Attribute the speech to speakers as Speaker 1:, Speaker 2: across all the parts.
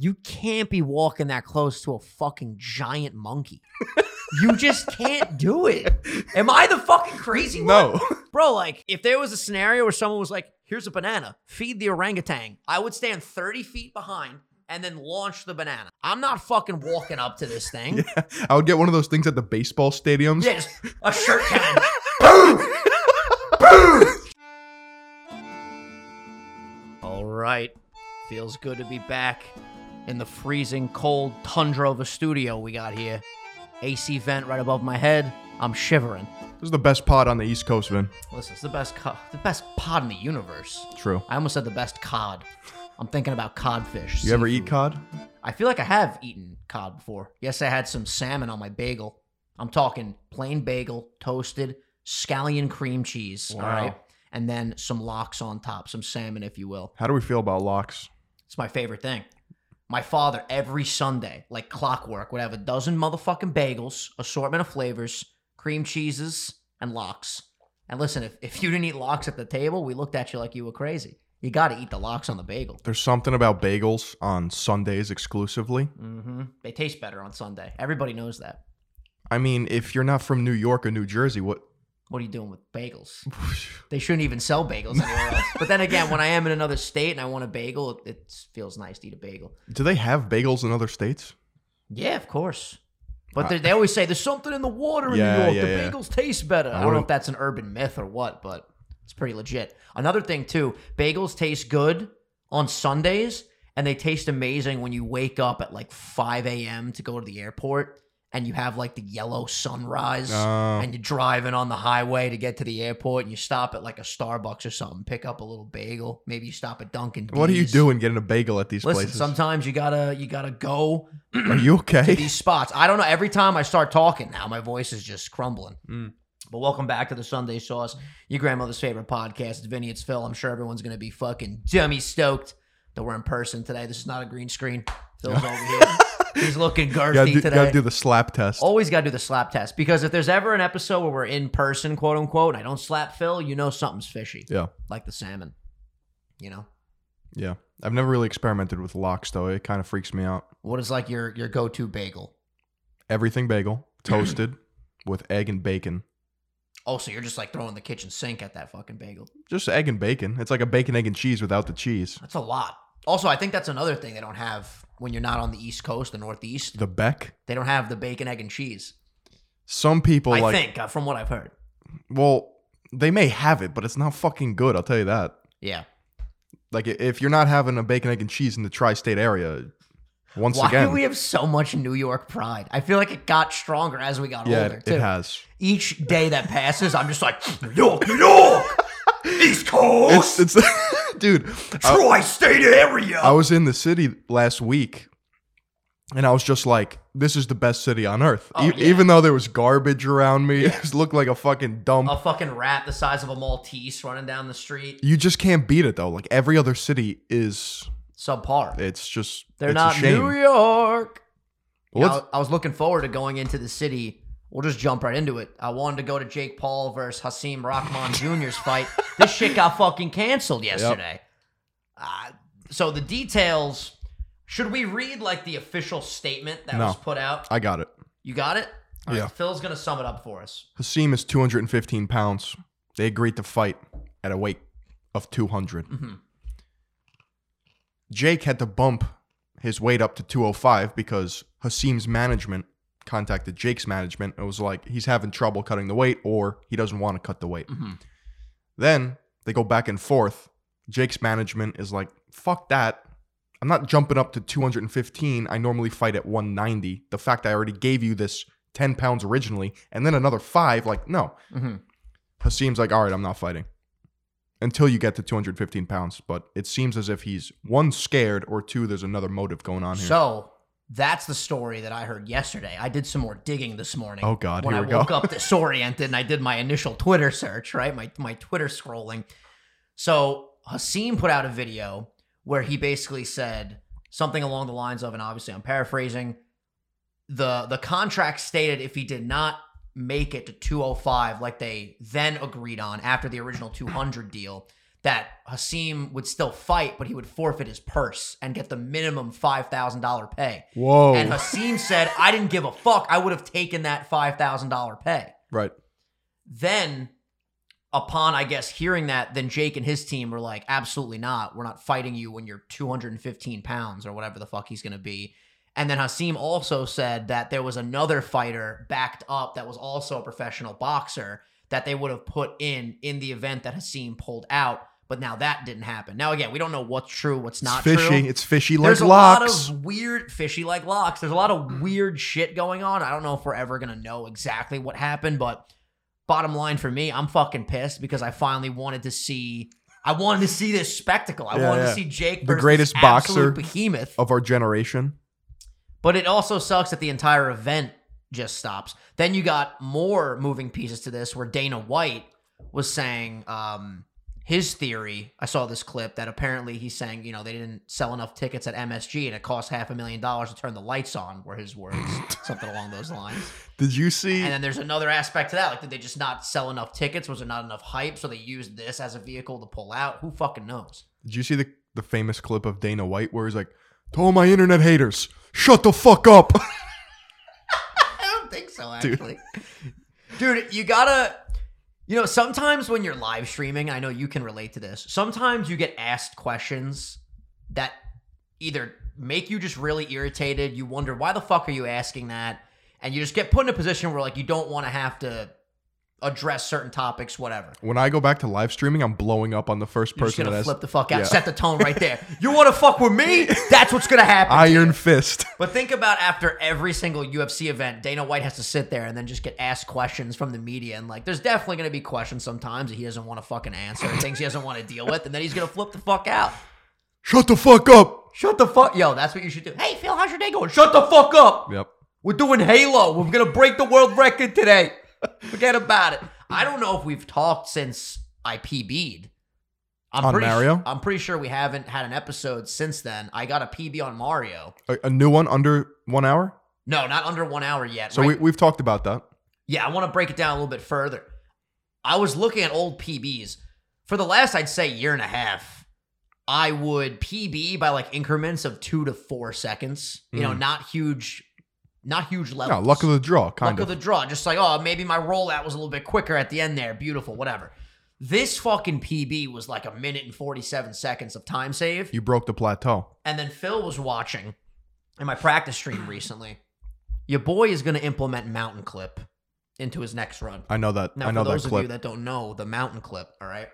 Speaker 1: You can't be walking that close to a fucking giant monkey. you just can't do it. Am I the fucking crazy one?
Speaker 2: No.
Speaker 1: Bro, like, if there was a scenario where someone was like, here's a banana, feed the orangutan, I would stand 30 feet behind and then launch the banana. I'm not fucking walking up to this thing. Yeah,
Speaker 2: I would get one of those things at the baseball stadiums.
Speaker 1: just a shirt can. All right. Feels good to be back in the freezing cold tundra of a studio we got here. AC vent right above my head. I'm shivering.
Speaker 2: This is the best pod on the East Coast, man.
Speaker 1: Listen, it's the best co- the best pod in the universe.
Speaker 2: True.
Speaker 1: I almost said the best cod. I'm thinking about codfish.
Speaker 2: You ever
Speaker 1: seafood.
Speaker 2: eat cod?
Speaker 1: I feel like I have eaten cod before. Yes, I had some salmon on my bagel. I'm talking plain bagel, toasted, scallion cream cheese. All
Speaker 2: Wow.
Speaker 1: right. And then some locks on top, some salmon, if you will.
Speaker 2: How do we feel about locks?
Speaker 1: It's my favorite thing. My father, every Sunday, like clockwork, would have a dozen motherfucking bagels, assortment of flavors, cream cheeses, and locks. And listen, if, if you didn't eat locks at the table, we looked at you like you were crazy. You got to eat the locks on the bagel.
Speaker 2: There's something about bagels on Sundays exclusively.
Speaker 1: Mm-hmm. They taste better on Sunday. Everybody knows that.
Speaker 2: I mean, if you're not from New York or New Jersey, what?
Speaker 1: What are you doing with bagels? They shouldn't even sell bagels anywhere else. But then again, when I am in another state and I want a bagel, it, it feels nice to eat a bagel.
Speaker 2: Do they have bagels in other states?
Speaker 1: Yeah, of course. But they they always say there's something in the water in
Speaker 2: Uh, Yeah,
Speaker 1: New York.
Speaker 2: yeah,
Speaker 1: the
Speaker 2: yeah.
Speaker 1: bagels taste better. I, don't know
Speaker 2: wouldn't-
Speaker 1: if that's an urban myth or what, but it's pretty legit. Another thing too, bagels taste good on Sundays, and they taste amazing when you wake up at like 5 a.m. to go to the airport, and you have like the yellow sunrise,
Speaker 2: Oh.
Speaker 1: and you're driving on the highway to get to the airport, and you stop at like a Starbucks or something, pick up a little bagel. Maybe you stop at Dunkin'.
Speaker 2: What are you
Speaker 1: D's.
Speaker 2: doing getting a bagel at these
Speaker 1: Listen,
Speaker 2: places?
Speaker 1: sometimes you gotta you gotta go
Speaker 2: are you okay?
Speaker 1: these spots. I don't know. Every time I start talking now, my voice is just crumbling.
Speaker 2: Mm.
Speaker 1: But welcome back to the Sunday Sauce, your grandmother's favorite podcast. It's Vinny, it's Phil. I'm sure everyone's going to be fucking dummy stoked that we're in person today. This is not a green screen. Phil's over here. He's looking girthy
Speaker 2: Gotta do,
Speaker 1: today. Oh.
Speaker 2: gotta do the slap test.
Speaker 1: Always got to do the slap test because if there's ever an episode where we're in person, quote unquote, and I don't slap Phil, you know something's fishy,
Speaker 2: Yeah,
Speaker 1: like the salmon. You know?
Speaker 2: yeah. I've never really experimented with locks though. It kind of freaks me out.
Speaker 1: What is like your, your go to bagel?
Speaker 2: Everything bagel, toasted, with egg and bacon.
Speaker 1: Oh, so you're just like throwing the kitchen sink at that fucking bagel.
Speaker 2: Just egg and bacon. It's like a bacon, egg, and cheese without the cheese.
Speaker 1: That's a lot. Also, I think that's another thing they don't have when you're not on the East Coast, the Northeast.
Speaker 2: The Beck.
Speaker 1: They don't have the bacon, egg, and cheese.
Speaker 2: Some people
Speaker 1: I
Speaker 2: like.
Speaker 1: think, uh, from what I've heard.
Speaker 2: Well, they may have it, but it's not fucking good. I'll tell you that.
Speaker 1: Yeah.
Speaker 2: Like i- if you're not having a bacon, egg, and cheese in the tri-state area, once
Speaker 1: Why
Speaker 2: again,
Speaker 1: do we have so much New York pride? I feel like it got stronger as we got
Speaker 2: yeah,
Speaker 1: older,
Speaker 2: it,
Speaker 1: too.
Speaker 2: it has.
Speaker 1: Each day that passes, I'm just like, New York, New York, East Coast,
Speaker 2: It's, it's dude. I,
Speaker 1: tri-state area.
Speaker 2: I was in the city last week, and I was just like, "This is the best city on earth."
Speaker 1: Oh,
Speaker 2: E-
Speaker 1: yeah.
Speaker 2: Even though there was garbage around me, it just looked like a fucking dump.
Speaker 1: a fucking rat the size of a Maltese running down the street.
Speaker 2: you just can't beat it though. Like every other city is,
Speaker 1: Subpar.
Speaker 2: it's just
Speaker 1: They're
Speaker 2: it's a
Speaker 1: not
Speaker 2: shame.
Speaker 1: New York.
Speaker 2: Well,
Speaker 1: Yeah,
Speaker 2: let's-
Speaker 1: I, I was looking forward to going into the city. We'll just jump right into it. I wanted to go to Jake Paul versus Hasim Rahman Jr.'s fight. This shit got fucking canceled yesterday. Uh, so the details. Should we read like the official statement that
Speaker 2: No.
Speaker 1: was put out?
Speaker 2: I got it.
Speaker 1: You got it. All
Speaker 2: Yeah.
Speaker 1: Phil's gonna sum it up for us.
Speaker 2: Hasim is 215 pounds. They agreed to fight at a weight of 200.
Speaker 1: Mhm.
Speaker 2: Jake had to bump his weight up to 205 because Hasim's management contacted Jake's management and was like, he's having trouble cutting the weight or he doesn't want to cut the weight.
Speaker 1: Mhm.
Speaker 2: Then they go back and forth. Jake's management is like, fuck that. I'm not jumping up to 215. I normally fight at 190. The fact I already gave you this 10 pounds originally and then another five, like, no.
Speaker 1: Mm-hmm.
Speaker 2: Hasim's like, all right, I'm not fighting until you get to 215 pounds. But it seems as if he's one scared or two, there's another motive going on here.
Speaker 1: So that's the story that I heard yesterday. I did some more digging this morning.
Speaker 2: Oh, God,
Speaker 1: When
Speaker 2: here
Speaker 1: I
Speaker 2: we go.
Speaker 1: woke up disoriented and I did my initial Twitter search, right? My my Twitter scrolling. So Hasim put out a video where he basically said something along the lines of, and obviously I'm paraphrasing, the the contract stated if he did not oh make it to 205 like they then agreed on after the original 200 deal that Hasim would still fight, but he would forfeit his purse and get the minimum five thousand dollar pay.
Speaker 2: Whoa.
Speaker 1: And Hasim said, "I didn't give a fuck. I would have taken that five thousand dollar pay."
Speaker 2: right.
Speaker 1: Then, upon I guess hearing that, then Jake and his team were like, "Absolutely not. We're not fighting you when you're 215 pounds or whatever the fuck he's gonna be." And then Hasim also said that there was another fighter backed up that was also a professional boxer that they would have put in in the event that Hasim pulled out, but now that didn't happen. Now again, we don't know what's true, what's not
Speaker 2: it's fishy.
Speaker 1: true
Speaker 2: It's fishy like
Speaker 1: there's
Speaker 2: locks.
Speaker 1: a lot of weird fishy like locks. There's a lot of weird shit going on. I don't know if we're ever gonna know exactly what happened, but bottom line for me, I'm fucking pissed because I finally wanted to see. I wanted to see this spectacle. I
Speaker 2: Yeah,
Speaker 1: wanted
Speaker 2: yeah.
Speaker 1: to see Jake,
Speaker 2: The
Speaker 1: versus
Speaker 2: greatest
Speaker 1: this absolute
Speaker 2: boxer
Speaker 1: behemoth.
Speaker 2: Of our generation.
Speaker 1: But it also sucks that the entire event just stops. Then you got more moving pieces to this where Dana White was saying um, his theory. I saw this clip that apparently he's saying, you know, they didn't sell enough tickets at MSG and it cost half a million dollars to turn the lights on, were his words, something along those lines.
Speaker 2: Did you see?
Speaker 1: And then there's another aspect to that. Like, did they just not sell enough tickets? Was there not enough hype? So they used this as a vehicle to pull out? Who fucking knows?
Speaker 2: Did you see the the famous clip of Dana White where he's like, "To all my internet haters, shut the fuck up."
Speaker 1: I don't think so,
Speaker 2: Dude.
Speaker 1: actually. Dude, you gotta. You know, sometimes when you're live streaming, I know you can relate to this. Sometimes you get asked questions that either make you just really irritated. You wonder why the fuck are you asking that, and you just get put in a position where like you don't want to have to address certain topics, whatever.
Speaker 2: when I go back to live streaming, I'm blowing up on the
Speaker 1: You're
Speaker 2: 1st person
Speaker 1: just
Speaker 2: that
Speaker 1: gonna
Speaker 2: has
Speaker 1: flip the fuck out,
Speaker 2: yeah.
Speaker 1: set the tone right there. You want to fuck with me? That's what's gonna happen. to you.
Speaker 2: iron fist.
Speaker 1: But think about after every single UFC event, Dana White has to sit there and then just get asked questions from the media. And like, there's definitely going to be questions sometimes that he doesn't want to fucking answer, and things he doesn't want to deal with, and then he's going to flip the fuck out.
Speaker 2: Shut the fuck up.
Speaker 1: Shut the fuck, yo. That's what you should do. Hey, Phil, how's your day going? Shut the fuck up.
Speaker 2: Yep.
Speaker 1: We're doing Halo. We're gonna break the world record today. Forget about it. I don't know if we've talked since I PB'd. I'm
Speaker 2: On
Speaker 1: pretty su-
Speaker 2: Mario?
Speaker 1: I'm pretty sure we haven't had an episode since then. I got a PB on Mario.
Speaker 2: A, a new one under one hour.
Speaker 1: No, not under one hour yet.
Speaker 2: So
Speaker 1: right
Speaker 2: we, we've talked about that.
Speaker 1: Yeah, I want to break it down a little bit further. I was looking at old PBs. For the last, I'd say, year and a half, I would PB by like increments of two to four seconds. You know,
Speaker 2: Mm.
Speaker 1: not huge, not huge levels.
Speaker 2: Yeah, luck of the draw,
Speaker 1: Oh, Luck
Speaker 2: kind
Speaker 1: of
Speaker 2: of.
Speaker 1: the draw. Just like, oh, maybe my rollout was a little bit quicker at the end there. Beautiful, whatever. This fucking PB was like a minute and 47 seconds of time save.
Speaker 2: you broke the plateau.
Speaker 1: And then Phil was watching in my practice stream recently. Your boy is going to implement Mountain Clip into his next run.
Speaker 2: I know that.
Speaker 1: Now,
Speaker 2: I know
Speaker 1: for
Speaker 2: that
Speaker 1: those of
Speaker 2: clip.
Speaker 1: you that don't know, the mountain clip, all right?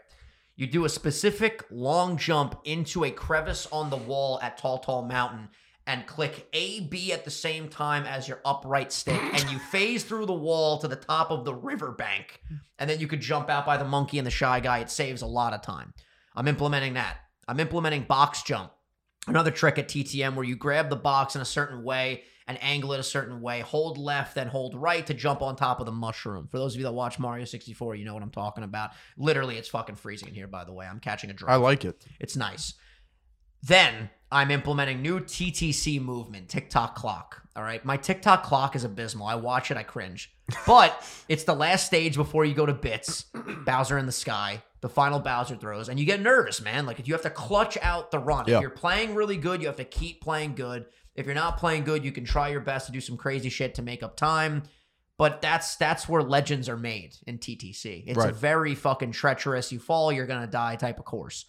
Speaker 1: You do a specific long jump into a crevice on the wall at Tall Tall Mountain and click A, B at the same time as your upright stick, and you phase through the wall to the top of the riverbank, and then you could jump out by the monkey and the shy guy. It saves a lot of time. I'm implementing that. I'm implementing box jump, another trick at TTM where you grab the box in a certain way and angle it a certain way, hold left, then hold right to jump on top of the mushroom. For those of you that watch Mario 64, you know what I'm talking about. Literally, it's fucking freezing in here, by the way. I'm catching a drink.
Speaker 2: I like it.
Speaker 1: It's nice. Then I'm implementing new TTC movement, TikTok clock. All right. My TikTok clock is abysmal. I watch it, I cringe. But it's the last stage before you go to bits, Bowser in the sky, the final Bowser throws, and you get nervous, man. Like you have to clutch out the run.
Speaker 2: Yeah.
Speaker 1: If you're playing really good, you have to keep playing good. If you're not playing good, you can try your best to do some crazy shit to make up time. But that's that's where legends are made in TTC. It's a
Speaker 2: Right.
Speaker 1: very fucking treacherous. You fall, you're gonna die type of course.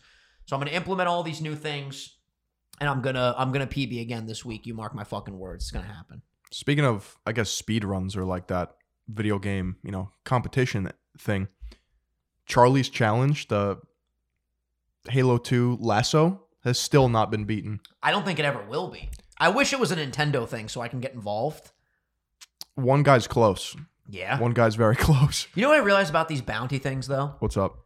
Speaker 1: So I'm gonna implement all these new things, and I'm gonna I'm gonna PB again this week. You mark my fucking words, it's gonna happen.
Speaker 2: Speaking of, I guess speed runs or like that video game, you know, competition thing. Charlie's challenge, the Halo 2 lasso, has still not been beaten.
Speaker 1: I don't think it ever will be. I wish it was a Nintendo thing so I can get involved.
Speaker 2: One guy's close.
Speaker 1: Yeah.
Speaker 2: One guy's very close.
Speaker 1: You know what I realized about these bounty things though?
Speaker 2: What's up?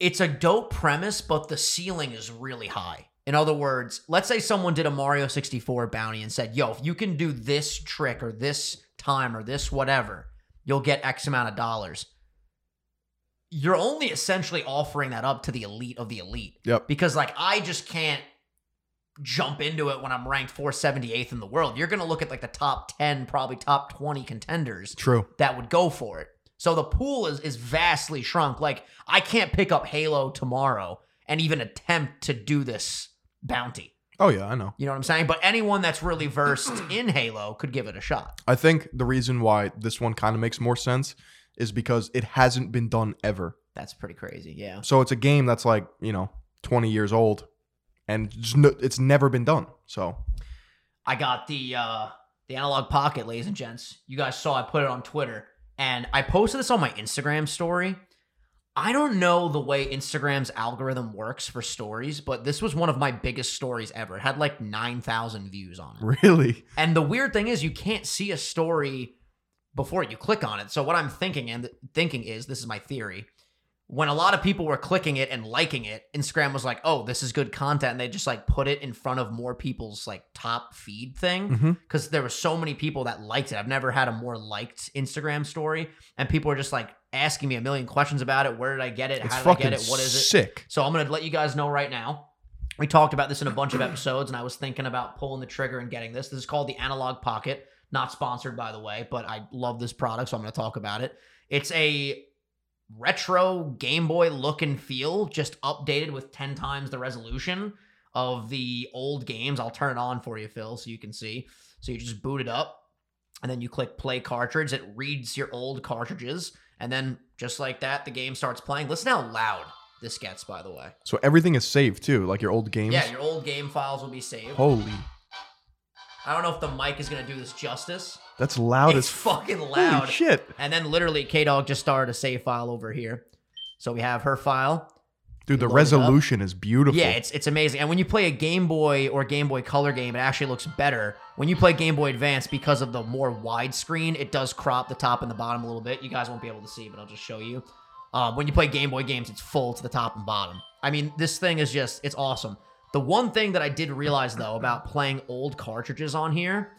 Speaker 1: It's a dope premise, but the ceiling is really high. In other words, let's say someone did a Mario 64 bounty and said, yo, if you can do this trick or this time or this whatever, you'll get X amount of dollars. You're only essentially offering that up to the elite of the elite.
Speaker 2: Yep.
Speaker 1: because like I just can't jump into it when I'm ranked 478th in the world. You're going to look at like the top 10, probably top 20 contenders
Speaker 2: True.
Speaker 1: that would go for it. So the pool is is vastly shrunk. Like I can't pick up Halo tomorrow and even attempt to do this bounty.
Speaker 2: Oh yeah, I know.
Speaker 1: You know what I'm saying? But anyone that's really versed in Halo could give it a shot.
Speaker 2: I think the reason why this one kind of makes more sense is because it hasn't been done ever.
Speaker 1: That's pretty crazy. Yeah.
Speaker 2: So it's a game that's like, you know, 20 years old and just no- it's never been done. So
Speaker 1: I got the uh the analog pocket, ladies and gents. You guys saw I put it on Twitter and I posted this on my Instagram story. I don't know the way Instagram's algorithm works for stories, but this was one of my biggest stories ever. It had like 9,000 views on it.
Speaker 2: really,
Speaker 1: And the weird thing is, you can't see a story before you click on it. So what I'm thinking and thinking is, this is my theory. When a lot of people were clicking it and liking it, Instagram was like, "Oh, this is good content," and they just like put it in front of more people's like top feed thing
Speaker 2: Mhm.
Speaker 1: because there were so many people that liked it. I've never had a more liked Instagram story, and people are just like asking me a million questions about it. Where did I get it?
Speaker 2: it's
Speaker 1: How did I
Speaker 2: fucking
Speaker 1: get it? What is it?
Speaker 2: sick.
Speaker 1: So I'm going to let you guys know right now. We talked about this in a bunch of episodes, and I was thinking about pulling the trigger and getting this. This is called the Analog Pocket. Not sponsored, by the way, but I love this product, so I'm going to talk about it. It's a retro Game Boy look and feel, just updated with 10 times the resolution of the old games. I'll turn it on for you, Phil, so you can see. So you just boot it up, and then you click play cartridge. It reads your old cartridges, and then just like that, the game starts playing. Listen how loud this gets, by the way.
Speaker 2: So everything is saved too, like your old games.
Speaker 1: Yeah, your old game files will be saved.
Speaker 2: Holy,
Speaker 1: I don't know if the mic is gonna do this justice.
Speaker 2: that's loud
Speaker 1: it's
Speaker 2: as f-
Speaker 1: fucking loud.
Speaker 2: Holy shit.
Speaker 1: And then literally, K Dog just started a save file over here. So we have her file.
Speaker 2: Dude, the
Speaker 1: Load it up.
Speaker 2: resolution is beautiful.
Speaker 1: Yeah, it's it's amazing. And when you play a Game Boy or Game Boy Color game, it actually looks better. When you play Game Boy Advance, because of the more widescreen, it does crop the top and the bottom a little bit. You guys won't be able to see, but I'll just show you. Um, when you play Game Boy games, it's full to the top and bottom. I mean, this thing is just it's awesome. The one thing that I did realize though about playing old cartridges on here,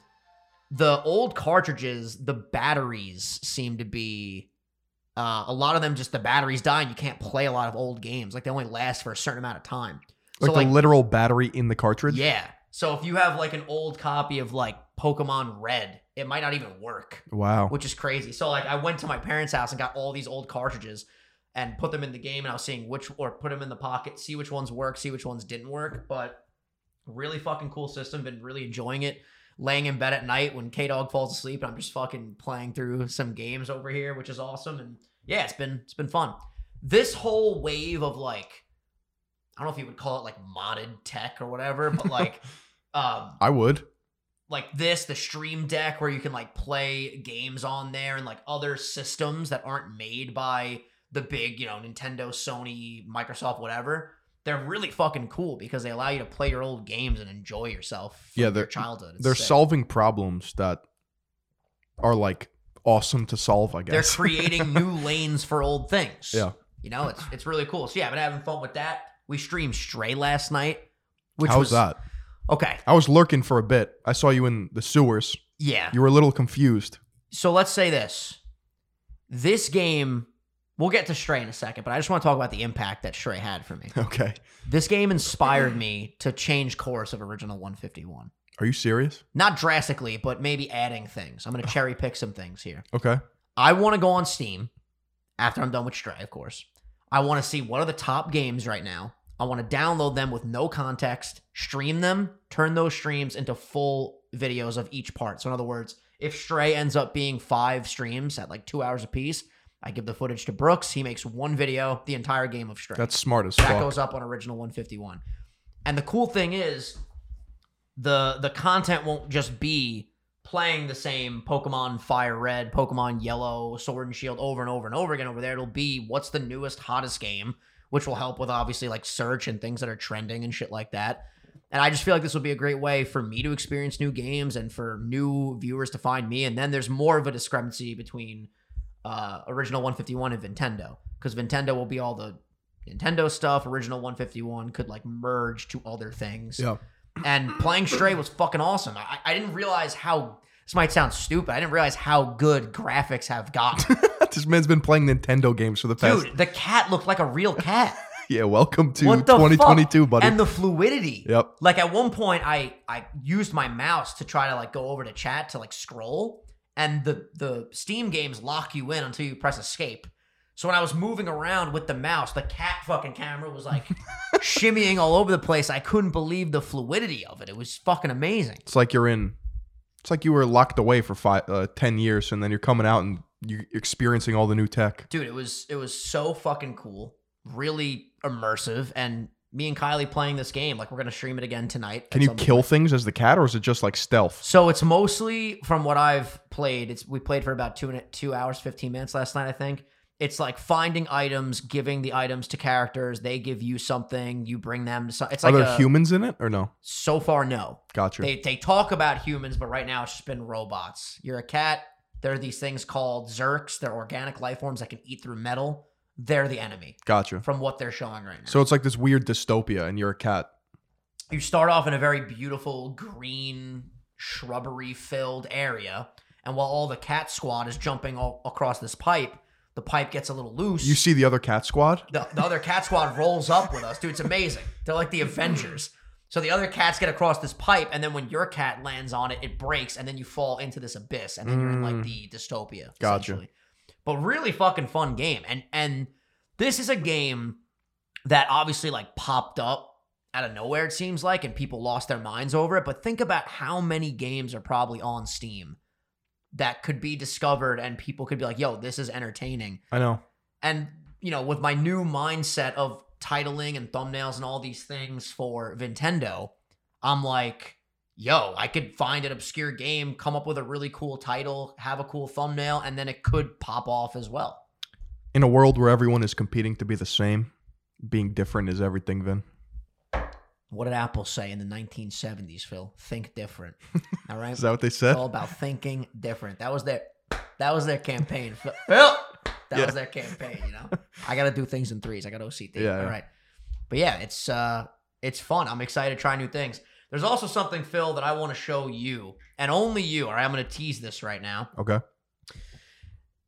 Speaker 1: the old cartridges, the batteries seem to be uh, a lot of them just the batteries die and you can't play a lot of old games. Like they only last for a certain amount of time.
Speaker 2: like
Speaker 1: so
Speaker 2: the
Speaker 1: like
Speaker 2: literal battery in the cartridge.
Speaker 1: yeah. So if you have like an old copy of like Pokemon Red, it might not even work,
Speaker 2: Wow.
Speaker 1: which is crazy. So like I went to my parents' house and got all these old cartridges and put them in the game and I was seeing which or put them in the pocket, see which ones work, see which ones didn't work, but really fucking cool system, been really enjoying it. Laying in bed at night when K Dog falls asleep and I'm just fucking playing through some games over here, which is awesome. And yeah, it's been it's been fun. This whole wave of like I don't know if you would call it like modded tech or whatever, but like um
Speaker 2: I would.
Speaker 1: like this, the Stream Deck, where you can like play games on there and like other systems that aren't made by the big, you know, Nintendo, Sony, Microsoft, whatever. They're really fucking cool because they allow you to play your old games and enjoy yourself. from
Speaker 2: Yeah,
Speaker 1: your
Speaker 2: they're-
Speaker 1: childhood. It's
Speaker 2: They're
Speaker 1: sick.
Speaker 2: solving problems that are like awesome to solve, I
Speaker 1: They're
Speaker 2: guess.
Speaker 1: creating new lanes for old things.
Speaker 2: Yeah.
Speaker 1: you know, it's it's really cool. So yeah, I've been having fun with that. We streamed Stray last night, which
Speaker 2: How's
Speaker 1: was
Speaker 2: that?
Speaker 1: okay.
Speaker 2: I was lurking for a bit. I saw you in the sewers.
Speaker 1: Yeah,
Speaker 2: You were a little confused.
Speaker 1: so let's say this. This game, we'll get to Stray in a second, but I just want to talk about the impact that Stray had for me.
Speaker 2: Okay.
Speaker 1: This game inspired me to change course of original 151.
Speaker 2: Are you serious?
Speaker 1: Not drastically, but maybe adding things. I'm going to cherry pick some things here.
Speaker 2: Okay.
Speaker 1: I want to go on Steam after I'm done with Stray, of course. I want to see what are the top games right now. I want to download them with no context, stream them, turn those streams into full videos of each part. So, in other words, if Stray ends up being five streams at like two hours apiece, I give the footage to Brooks. He makes one video, the entire game of Stray.
Speaker 2: That's smart as
Speaker 1: that
Speaker 2: fuck.
Speaker 1: goes up on original 151. And the cool thing is, the the content won't just be playing the same Pokemon Fire Red, Pokemon Yellow, Sword and Shield over and over and over again over there. It'll be what's the newest, hottest game, which will help with obviously like search and things that are trending and shit like that. And I just feel like this would be a great way for me to experience new games and for new viewers to find me. And then there's more of a discrepancy between uh, original 151 and Nintendo because Nintendo will be all the Nintendo stuff. Original 151 could like merge to other things
Speaker 2: yeah.
Speaker 1: and playing Stray was fucking awesome. I, I didn't realize how this might sound stupid. I didn't realize how good graphics have gotten.
Speaker 2: this man's been playing Nintendo games for the past.
Speaker 1: Dude, the cat looked like a real cat.
Speaker 2: Yeah. Welcome to
Speaker 1: What the
Speaker 2: 2022, buddy.
Speaker 1: and the fluidity.
Speaker 2: yep.
Speaker 1: Like at one point I I used my mouse to try to like go over to chat to like scroll and the the Steam games lock you in until you press escape. So when I was moving around with the mouse, the cat fucking camera was like shimmying all over the place. I couldn't believe the fluidity of it. It was fucking amazing.
Speaker 2: It's like you're in. It's like you were locked away for five, uh, ten years, and then you're coming out and you're experiencing all the new tech.
Speaker 1: Dude, it was it was so fucking cool. Really immersive and me and Kylie playing this game. Like we're gonna stream it again tonight. at
Speaker 2: Can you
Speaker 1: some
Speaker 2: kill things as the cat, or is it just like stealth?
Speaker 1: So it's mostly from what I've played. It's we played for about two and two hours, fifteen minutes last night, I think. It's like finding items, giving the items to characters. They give you something, you bring them. To some, it's like
Speaker 2: Are there
Speaker 1: a-
Speaker 2: humans in it or no?
Speaker 1: so far no.
Speaker 2: Gotcha.
Speaker 1: They they talk about humans, but right now it's just been robots. You're a cat. There are these things called zerks. They're organic life forms that can eat through metal. They're the enemy
Speaker 2: gotcha.
Speaker 1: from what they're showing right now.
Speaker 2: So it's like this weird dystopia, and you're a cat.
Speaker 1: you start off in a very beautiful green shrubbery filled area and while all the cat squad is jumping all across this pipe the pipe gets a little loose
Speaker 2: You see the other cat squad.
Speaker 1: the, the other cat squad rolls up with us dude it's amazing they're like the avengers so the other cats get across this pipe and then when your cat lands on it it breaks and then you fall into this abyss and then you're in like
Speaker 2: Mm.
Speaker 1: the dystopia
Speaker 2: Gotcha.
Speaker 1: essentially. but really fucking fun game and and this is a game that obviously like popped up out of nowhere it seems like and people lost their minds over it but think about how many games are probably on steam that could be discovered and people could be like yo this is entertaining
Speaker 2: I know.
Speaker 1: and you know with my new mindset of titling and thumbnails and all these things for Nintendo, I'm like, yo, I could find an obscure game, come up with a really cool title, have a cool thumbnail, and then it could pop off as well.
Speaker 2: In a world where everyone is competing to be the same, being different is everything. Then
Speaker 1: What did Apple say in the 1970s, Phil? Think different. All right.
Speaker 2: is that what they
Speaker 1: it's
Speaker 2: said?
Speaker 1: all about thinking different. That was their that was their campaign. Phil, that
Speaker 2: Yeah.
Speaker 1: was their campaign, you know. I gotta do things in threes. I gotta OCD.
Speaker 2: Yeah, yeah.
Speaker 1: All right. But yeah, it's uh it's fun. I'm excited to try new things. There's also something, Phil, that I want to show you, and only you. All right, I'm gonna tease this right now.
Speaker 2: Okay.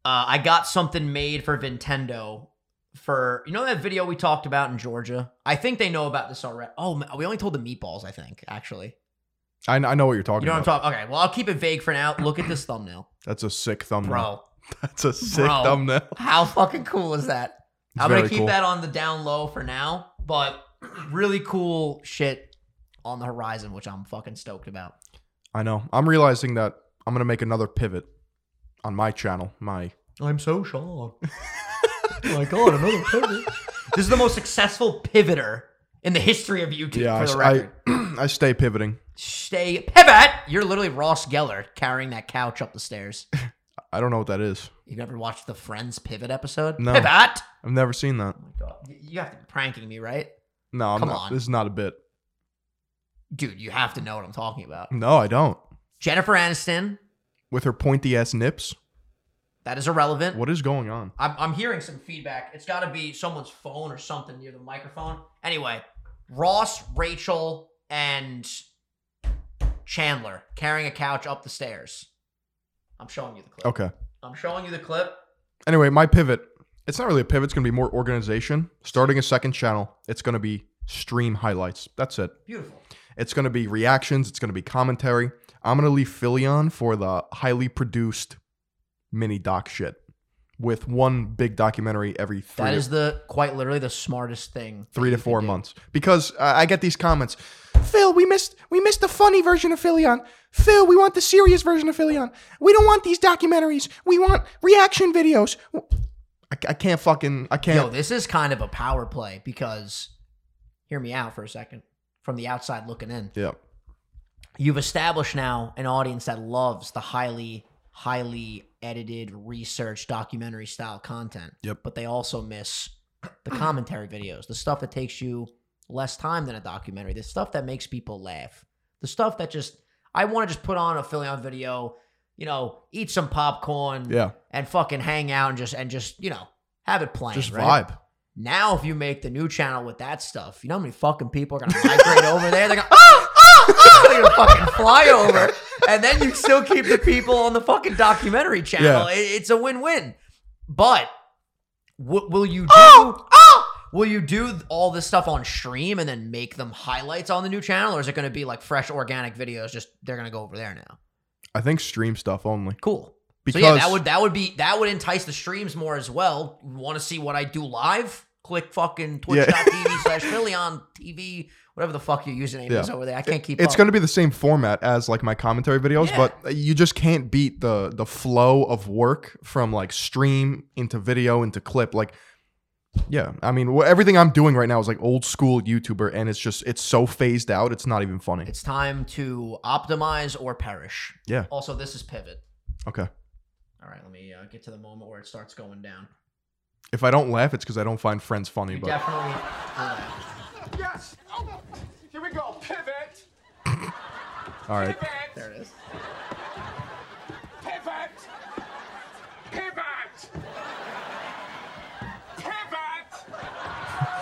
Speaker 1: Uh, I got something made for Nintendo for you know that video we talked about in Georgia. I think they know about this already. Oh, ma- we only told the meatballs. I think actually.
Speaker 2: I, I know what you're talking
Speaker 1: You know what I'm
Speaker 2: about.
Speaker 1: talking? Okay, well I'll keep it vague for now. Look at this thumbnail,
Speaker 2: That's a sick thumbnail.
Speaker 1: bro.
Speaker 2: That's a sick
Speaker 1: Bro.
Speaker 2: thumbnail.
Speaker 1: How fucking cool is that?
Speaker 2: It's
Speaker 1: I'm gonna
Speaker 2: very
Speaker 1: keep
Speaker 2: cool.
Speaker 1: that on the down low for now, but really cool shit on the horizon, which I'm fucking stoked about.
Speaker 2: I know. I'm realizing that I'm gonna make another pivot on my channel. My
Speaker 1: I'm so shocked. oh my god, another pivot. This is the most successful pivoter in the history of YouTube.
Speaker 2: yeah,
Speaker 1: for the
Speaker 2: I,
Speaker 1: record,
Speaker 2: s- I, I stay pivoting.
Speaker 1: stay pivot. You're literally Ross Geller carrying that couch up the stairs.
Speaker 2: I don't know what that is.
Speaker 1: You ever watched the Friends pivot episode?
Speaker 2: No.
Speaker 1: Pivot. Oh
Speaker 2: I've never seen that.
Speaker 1: my god, Y- you have to be pranking me, right?
Speaker 2: No, I'm
Speaker 1: Come
Speaker 2: not.
Speaker 1: on.
Speaker 2: This is not a bit.
Speaker 1: Dude, you have to know what I'm talking about.
Speaker 2: No, I don't.
Speaker 1: Jennifer Aniston.
Speaker 2: With her pointy ass nips.
Speaker 1: That is irrelevant.
Speaker 2: What is going on?
Speaker 1: I'm, I'm hearing some feedback. It's got to be someone's phone or something near the microphone. Anyway, Ross, Rachel, and Chandler carrying a couch up the stairs. I'm showing you the clip.
Speaker 2: Okay.
Speaker 1: I'm showing you the clip.
Speaker 2: Anyway, my pivot. It's not really a pivot. It's gonna be more organization. Starting a second channel. It's gonna be stream highlights. That's it.
Speaker 1: Beautiful.
Speaker 2: It's going to be reactions. It's going to be commentary. I'm going to leave Philly on for the highly produced mini doc shit with one big documentary every three,
Speaker 1: That
Speaker 2: to,
Speaker 1: is the quite literally the smartest thing. that
Speaker 2: three to
Speaker 1: you can
Speaker 2: four
Speaker 1: do.
Speaker 2: months because uh, I get these comments. Phil, we missed we missed the funny version of Philly on. Phil, we want the serious version of Philly on. We don't want these documentaries. We want reaction videos. I, I can't fucking I can't.
Speaker 1: Yo, this is kind of a power play because, hear me out for a second, from the outside looking in.
Speaker 2: yeah.
Speaker 1: you've established now an audience that loves the highly highly edited research documentary style content
Speaker 2: Yep.
Speaker 1: but they also miss the commentary videos the stuff that takes you less time than a documentary the stuff that makes people laugh the stuff that just i want to just put on a filion video you know eat some popcorn
Speaker 2: Yeah.
Speaker 1: and fucking hang out and just and just you know have it playing
Speaker 2: Just
Speaker 1: right?
Speaker 2: vibe.
Speaker 1: Now, if you make the new channel with that stuff, you know how many fucking people are gonna migrate over there? They're gonna, ah, ah, ah! they're gonna fucking fly over, and then you still keep the people on the fucking documentary channel. It- it's a win-win. But w- will you do? Will you do all this stuff on stream and then make them highlights on the new channel, or is it gonna be like fresh organic videos? Just they're gonna go over there now.
Speaker 2: I think stream stuff only.
Speaker 1: Cool.
Speaker 2: Because
Speaker 1: so yeah, that would that would be that would entice the streams more as well. Want to see what I do live? Click fucking
Speaker 2: Yeah.
Speaker 1: twitch.tv slash Philly on TV, whatever the fuck your username is
Speaker 2: Yeah.
Speaker 1: over there. I can't keep
Speaker 2: it's
Speaker 1: up.
Speaker 2: going to be the same format as like my commentary videos,
Speaker 1: Yeah.
Speaker 2: but you just can't beat the the flow of work from like stream into video into clip. Like, yeah, I mean, wh- everything I'm doing right now is like old school YouTuber, and it's just it's so phased out. It's not even funny.
Speaker 1: it's time to optimize or perish.
Speaker 2: Yeah.
Speaker 1: Also, this is pivot.
Speaker 2: Okay,
Speaker 1: All right, let me uh, get to the moment where it starts going down.
Speaker 2: if I don't laugh, it's because I don't find friends funny.
Speaker 1: You
Speaker 2: But
Speaker 1: definitely.
Speaker 3: Yes! Oh! Here we go, pivot!
Speaker 2: all right,
Speaker 3: Pivot!
Speaker 1: There it is.
Speaker 3: Pivot! Pivot! Pivot!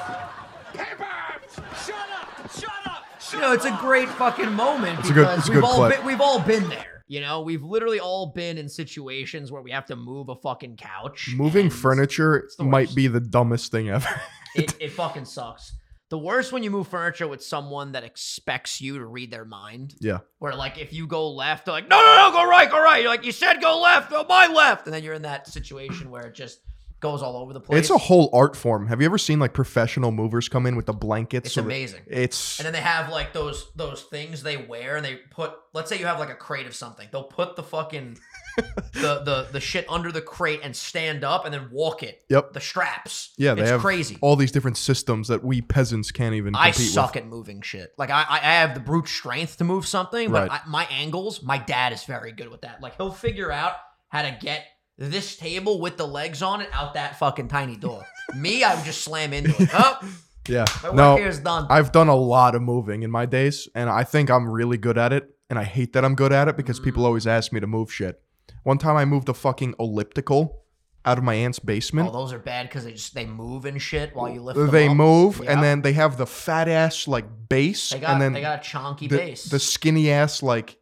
Speaker 3: Pivot! Shut up! Shut up!
Speaker 1: You
Speaker 3: Shut
Speaker 1: know, it's a great fucking moment
Speaker 2: It's a good-
Speaker 1: because
Speaker 2: it's a
Speaker 1: we've
Speaker 2: good
Speaker 1: all
Speaker 2: clip.
Speaker 1: been, we've all been there. You know, we've literally all been in situations where we have to move a fucking couch.
Speaker 2: moving
Speaker 1: and
Speaker 2: furniture
Speaker 1: the
Speaker 2: might
Speaker 1: worst.
Speaker 2: be the dumbest thing ever.
Speaker 1: It, it fucking sucks. The worst when you move furniture with someone that expects you to read their mind.
Speaker 2: yeah,
Speaker 1: Where like if you go left, they're like, no, no, no, go right, go right. You're like, you said go left, go my left, and then you're in that situation where it just goes all over the place.
Speaker 2: it's a whole art form. Have you ever seen like professional movers come in with the blankets?
Speaker 1: It's
Speaker 2: so that-
Speaker 1: amazing.
Speaker 2: It's
Speaker 1: And then they have like those those things they wear, and they put. Let's say you have like a crate of something. They'll put the fucking the the the shit under the crate and stand up, and then walk it.
Speaker 2: Yep.
Speaker 1: The straps.
Speaker 2: Yeah, they
Speaker 1: it's
Speaker 2: have
Speaker 1: crazy.
Speaker 2: all these different systems that we peasants can't even compete
Speaker 1: I suck at moving shit. Like I, I I have the brute strength to move something, but
Speaker 2: Right.
Speaker 1: I, my angles, my dad is very good with that. Like he'll figure out how to get this table with the legs on it out that fucking tiny door. Me, I would just slam into it. Up,
Speaker 2: with. Yeah.
Speaker 1: my
Speaker 2: no,
Speaker 1: work here is done.
Speaker 2: I've done a lot of moving in my days, and I think I'm really good at it. And I hate that I'm good at it
Speaker 1: Mm.
Speaker 2: because people always ask me to move shit. One time I moved a fucking elliptical out of my aunt's
Speaker 1: oh,
Speaker 2: basement.
Speaker 1: those are bad because they just they move and shit while you lift them
Speaker 2: they
Speaker 1: up.
Speaker 2: move,
Speaker 1: Yeah.
Speaker 2: and then they have the fat ass like base,
Speaker 1: They got
Speaker 2: and then
Speaker 1: they got a chonky
Speaker 2: the,
Speaker 1: base.
Speaker 2: the skinny ass like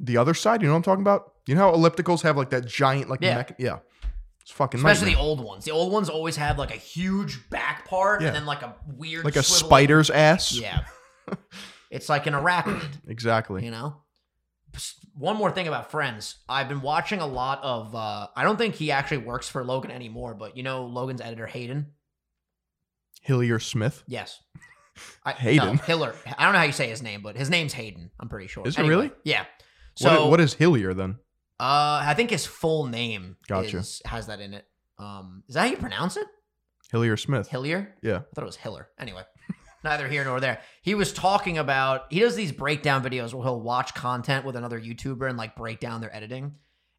Speaker 2: the other side. You know what I'm talking about? You know how ellipticals have like that giant like
Speaker 1: Yeah.
Speaker 2: mech- yeah. It's fucking
Speaker 1: Especially
Speaker 2: nightmare.
Speaker 1: the old ones. The old ones always have like a huge back part
Speaker 2: Yeah.
Speaker 1: and then like a weird
Speaker 2: like a
Speaker 1: swivel-
Speaker 2: spider's ass.
Speaker 1: Yeah. it's like an arachnid.
Speaker 2: exactly.
Speaker 1: You know. Psst, One more thing about Friends. I've been watching a lot of. Uh, I don't think he actually works for Logan anymore, but you know Logan's editor Hayden.
Speaker 2: Hillier Smith.
Speaker 1: Yes. I,
Speaker 2: Hayden?
Speaker 1: No, Hiller. I don't know how you say his name, but his name's Hayden. I'm pretty sure.
Speaker 2: Is it really?
Speaker 1: Yeah.
Speaker 2: What i-
Speaker 1: So
Speaker 2: what is Hillier then?
Speaker 1: Uh, I think his full name.
Speaker 2: Gotcha.
Speaker 1: Is, has that in it. Um, is that how you pronounce it?
Speaker 2: Hillier Smith.
Speaker 1: Hillier?
Speaker 2: Yeah.
Speaker 1: I thought it was Hiller. Anyway, neither here nor there. He was talking about he does these breakdown videos where he'll watch content with another YouTuber and like break down their editing.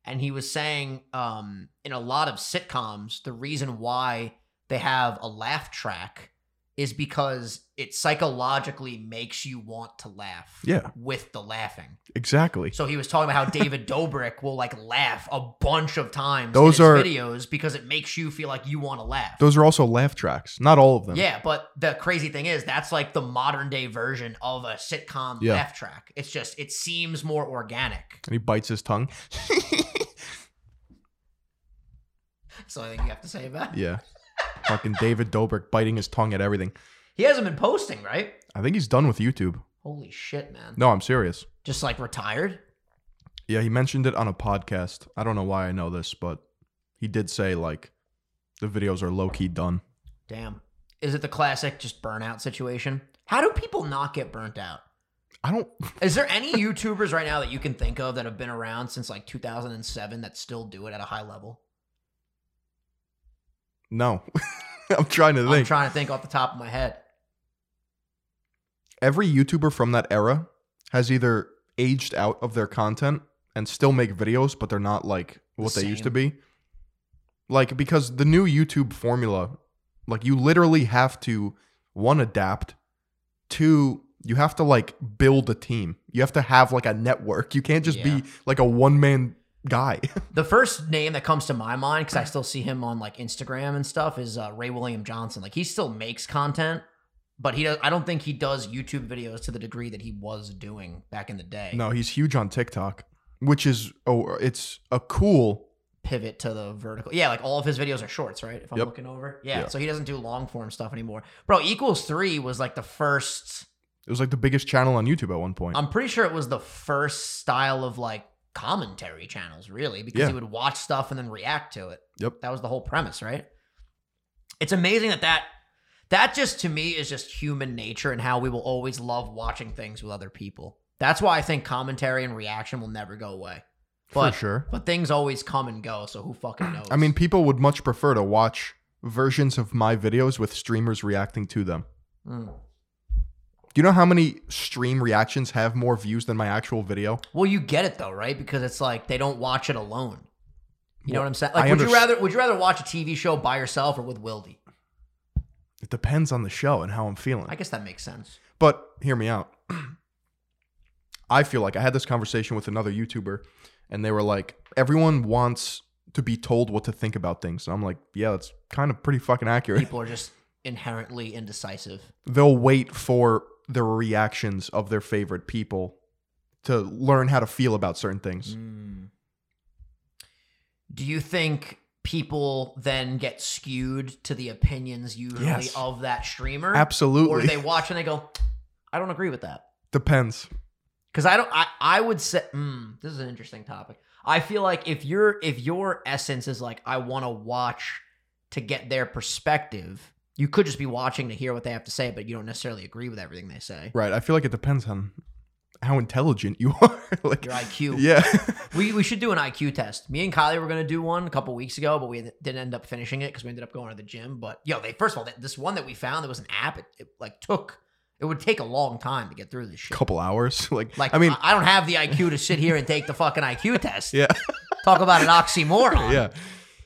Speaker 1: And he was saying um, in a lot of sitcoms, the reason why they have a laugh track is because it psychologically makes you want to laugh.
Speaker 2: Yeah.
Speaker 1: With the laughing.
Speaker 2: Exactly.
Speaker 1: So he was talking about how David Dobrik will like laugh a bunch of times
Speaker 2: Those
Speaker 1: in
Speaker 2: are-
Speaker 1: his videos because it makes you feel like you want to laugh.
Speaker 2: Those are also laugh tracks. Not all of them.
Speaker 1: Yeah, but the crazy thing is that's like the modern day version of a sitcom
Speaker 2: Yeah.
Speaker 1: laugh track. It's just it seems more organic.
Speaker 2: And he bites his tongue.
Speaker 1: That's the only thing you have to say about it.
Speaker 2: Yeah. Fucking David Dobrik biting his tongue at everything.
Speaker 1: He hasn't been posting, right?
Speaker 2: I think he's done with YouTube.
Speaker 1: Holy shit, man.
Speaker 2: No, I'm serious.
Speaker 1: Just like retired?
Speaker 2: Yeah, he mentioned it on a podcast. I don't know why I know this, but he did say like the videos are low key done.
Speaker 1: Damn. Is it the classic just burnout situation? How do people not get burnt out?
Speaker 2: I don't
Speaker 1: Is there any YouTubers right now that you can think of that have been around since like 2007 that still do it at a high level?
Speaker 2: no. I'm trying to
Speaker 1: I'm
Speaker 2: think.
Speaker 1: trying to think off the top of my head.
Speaker 2: Every YouTuber from that era has either aged out of their content and still make videos, but they're not like what they used to
Speaker 1: same.
Speaker 2: be. Like because the new YouTube formula, like you literally have to one adapt, two you have to like build a team. You have to have like a network. You can't just
Speaker 1: Yeah.
Speaker 2: be like a one man guy.
Speaker 1: The first name that comes to my mind because I still see him on like Instagram and stuff is uh, Ray William Johnson. Like he still makes content, but he does. I don't think he does YouTube videos to the degree that he was doing back in the day.
Speaker 2: no, he's huge on TikTok, which is oh, it's a cool
Speaker 1: Pivot to the vertical. Yeah, like all of his videos are shorts, right? If I'm
Speaker 2: Yep.
Speaker 1: looking over. Yeah,
Speaker 2: Yeah.
Speaker 1: So he doesn't do long form stuff anymore. Bro, equals three was like the first. Um,
Speaker 2: it was like the biggest channel on YouTube at one point.
Speaker 1: I'm pretty sure it was the first style of like commentary channels, really, because
Speaker 2: Yeah.
Speaker 1: he would watch stuff and then react to it.
Speaker 2: Yep.
Speaker 1: That was the whole premise, right? It's amazing that that that just to me is just human nature and how we will always love watching things with other people. That's why I think commentary and reaction will never go away. But
Speaker 2: for sure.
Speaker 1: but things always come and go, so who fucking knows?
Speaker 2: I mean, people would much prefer to watch versions of my videos with streamers reacting to them.
Speaker 1: Mm.
Speaker 2: Do you know how many stream reactions have more views than my actual video?
Speaker 1: well, you get it though, right? Because it's like they don't watch it alone. You know what I'm saying?
Speaker 2: I
Speaker 1: Like, would you
Speaker 2: underst-
Speaker 1: rather would you rather watch a TV show by yourself or with Wildy?
Speaker 2: It depends on the show and how I'm feeling.
Speaker 1: I guess that makes sense.
Speaker 2: But hear me out. I feel like I had this conversation with another YouTuber, and they were like, everyone wants to be told what to think about things. And I'm like, yeah, that's kind of pretty fucking accurate.
Speaker 1: People are just inherently indecisive.
Speaker 2: They'll wait for the reactions of their favorite people to learn how to feel about certain things.
Speaker 1: Do you think people then get skewed to the opinions usually
Speaker 2: Yes.
Speaker 1: of that streamer? Or
Speaker 2: Absolutely.
Speaker 1: they watch and they go, I don't agree with that.
Speaker 2: Depends.
Speaker 1: Because I don't, I, I would say, mm, this is an interesting topic. I feel like if your if your essence is like, I want to watch to get their perspective, you could just be watching to hear what they have to say, but you don't necessarily agree with everything they say.
Speaker 2: Right. I feel like it depends on how intelligent you are. like
Speaker 1: Your IQ.
Speaker 2: Yeah.
Speaker 1: We, we should do an IQ test. Me and Kylie were gonna do one a couple weeks ago, but we didn't end up finishing it because we ended up going to the gym. But yo, they first of all, th- this one that we found, there was an app. It, it like took it would take a long time to get through this shit.
Speaker 2: Couple hours. Like,
Speaker 1: Like uh,
Speaker 2: I mean,
Speaker 1: I, I don't have the IQ to sit here and take the fucking IQ test.
Speaker 2: yeah.
Speaker 1: Talk about an oxymoron.
Speaker 2: Yeah.